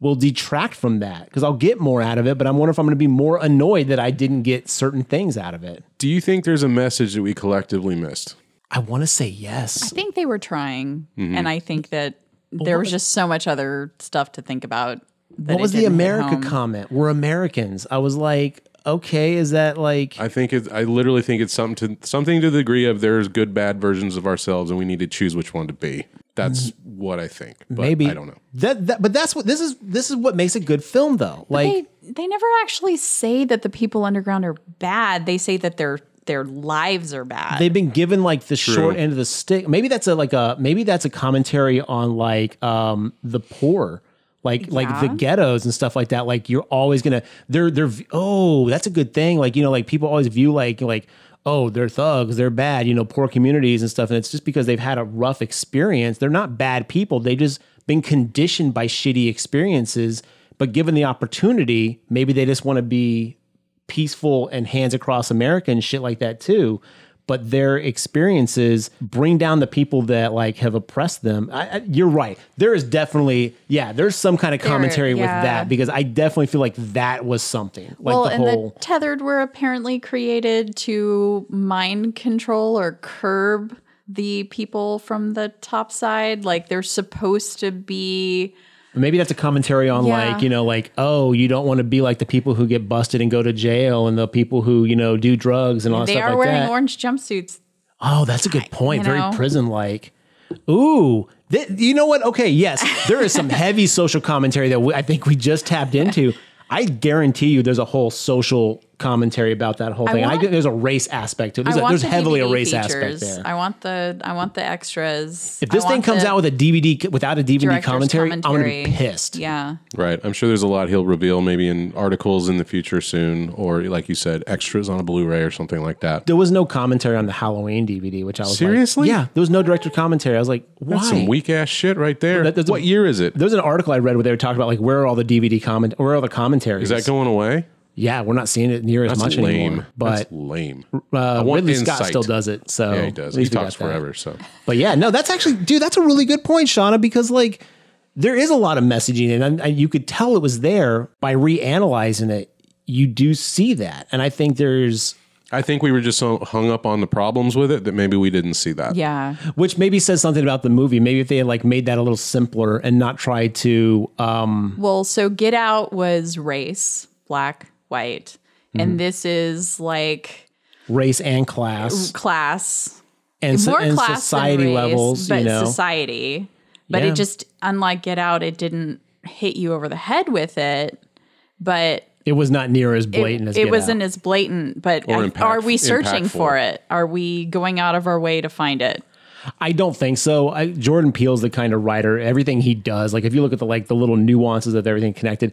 will detract from that because i'll get more out of it but i'm wondering if i'm going to be more annoyed that i didn't get certain things out of it Do you think there's a message that we collectively missed? i want to say I yes think they were trying, Mm-hmm. and I think that there was just so much other stuff to think about. that what it was the didn't hit america home. comment we're americans i was like okay is that like I think it, I literally think it's something to something to the degree of there's good bad versions of ourselves, and we need to choose which one to be. That's what I think. But Mm-hmm. maybe I don't know. that, that but that's what this is this is what makes a good film though like They they never actually say that the people underground are bad. They say that their their lives are bad. they've been given like the short end of the stick. Maybe that's a like a maybe that's a commentary on like um the poor. Like like the ghettos and stuff like that. Like you're always gonna they're they're oh that's a good thing. Like you know like people always view like like oh they're thugs they're bad you know poor communities and stuff and it's just because they've had a rough experience. They're not bad people. They just been conditioned by shitty experiences. But given the opportunity, maybe they just want to be peaceful and hands across America and shit like that too. But their experiences bring down the people that like have oppressed them. I, I, you're right. There is definitely yeah. There's some kind of commentary yeah. with that because I definitely feel like that was something like well, the and whole the tethered were apparently created to mind control or curb the people from the top side. Like they're supposed to be maybe that's a commentary on Yeah. like you know like oh you don't want to be like the people who get busted and go to jail and the people who you know do drugs and all that they Oh, stuff are like wearing that. orange jumpsuits. Oh, that's a good point. you Very know? prison like. Ooh, th- you know what? Okay, yes, there is some heavy social commentary that we, I think we just tapped into. I guarantee you, there's a whole social commentary about that whole thing. And I want- get there's a race aspect to it. There's, I a, want there's the heavily a DVD race aspect features. there. I want the I want the extras. if this thing comes out with a DVD c- without a DVD director's commentary, I'm gonna commentary. be pissed. yeah, Right. I'm sure there's a lot he'll reveal maybe in articles in the future soon, or like you said, extras on a Blu-ray or something like that. There was no commentary on the Halloween DVD, which I was like- Seriously? yeah, there was no director commentary. I was like, why? That's some weak ass shit right there. That- that's a- what year is it? there was an article I read where they were talking about like where are all the DVD comment, where are all the commentaries? Is that going away? Yeah, we're not seeing it near as That's much lame. anymore. But that's lame. uh, Ridley Scott insight. still does it. So Yeah, he does. at He least we talks got that. forever. So But yeah, no, that's actually, dude, that's a really good point, Shauna, because like there is a lot of messaging, and, and you could tell it was there by reanalyzing it. You do see that, and I think there's I think we were just so hung up on the problems with it that maybe we didn't see that. Yeah. which maybe says something about the movie. Maybe if they had like made that a little simpler and not tried to, um, Well, so Get Out was race, black, white. Mm-hmm. And this is like race and class class, and, so, more and class society than race, levels, but you know, society. But Yeah. it just, unlike Get Out, it didn't hit you over the head with it. But it was not near as blatant as it Get wasn't Out. as blatant. But Or I- impact- are we searching impactful. for it? Are we going out of our way to find it? I don't think so. I, Jordan Peele's the kind of writer. Everything he does, like if you look at the like the little nuances of everything connected,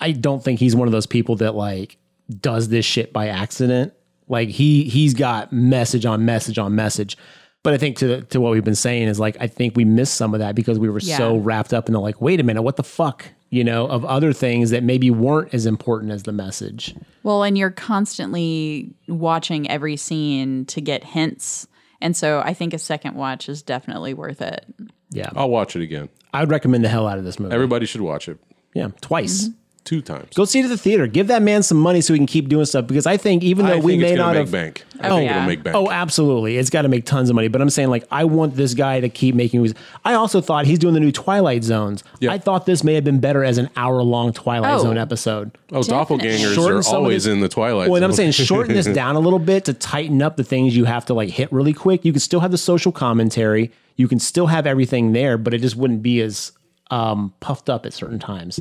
I don't think he's one of those people that like does this shit by accident. Like he he's got message on message on message. But I think to to what we've been saying is like I think we missed some of that because we were so Yeah. wrapped up in the like wait a minute what the fuck you know of other things that maybe weren't as important as the message. Well, and you're constantly watching every scene to get hints. And so I think a second watch is definitely worth it. Yeah, I'll watch it again. I would recommend the hell out of this movie. Everybody should watch it yeah, twice. two times. Go see it at the theater. Give that man some money so he can keep doing stuff because I think even though I we think may it's gonna not make have bank. I Oh, think yeah. it'll make bank. Oh, absolutely. It's got to make tons of money. But I'm saying, like, I want this guy to keep making movies. I also thought he's doing the new Twilight Zones. Yep. I thought this may have been better as an hour long Twilight Oh. Zone episode. oh, doppelgangers Shorten are some of always this- in the twilight. Well, Oh, and I'm Zone. saying shorten this down a little bit to tighten up the things you have to like hit really quick. You can still have the social commentary. You can still have everything there, but it just wouldn't be as um, puffed up at certain times.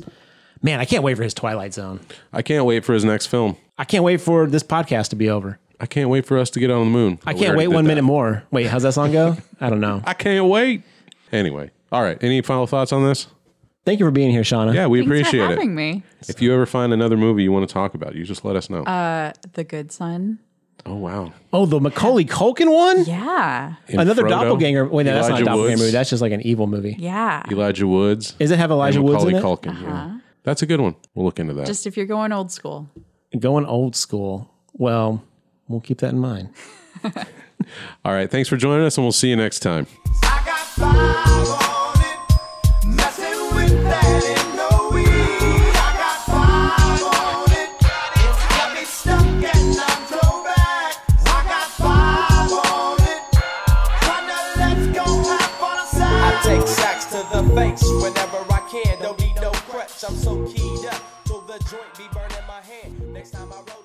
Man, I can't wait for his Twilight Zone. I can't wait for his next film. I can't wait for this podcast to be over. I can't wait for us to get on the moon. I can't wait one minute more. Wait, how's that song go? I don't know. I can't wait. Anyway, all right. Any final thoughts on this? Thank you for being here, Shauna. Yeah, we Thanks appreciate for it. having me. If you ever find another movie you want to talk about, you just let us know. Uh, The Good Son. oh wow, Oh, the Macaulay Culkin one? Yeah. And Another Frodo, doppelganger. Wait, no, that's not a Elijah doppelganger Woods. movie. That's just like an evil movie. Yeah. Elijah Woods. Does it have Elijah and Woods in Macaulay it? Culkin. yeah. That's a good one. We'll look into that. Uh-huh. Just if you're going old school. Going old school. Well, we'll keep that in mind. all right. Thanks for joining us, and we'll see you next time. I got five on it, messing with that in the weed. I got five on it, it's got me stuck and I'm thrown back. I got five on it, kinda let's go half on a I side. take sacks to the face whenever I can. Don't need no crutch. I'm so keyed up till the joint be burning my hand. Next time I roll.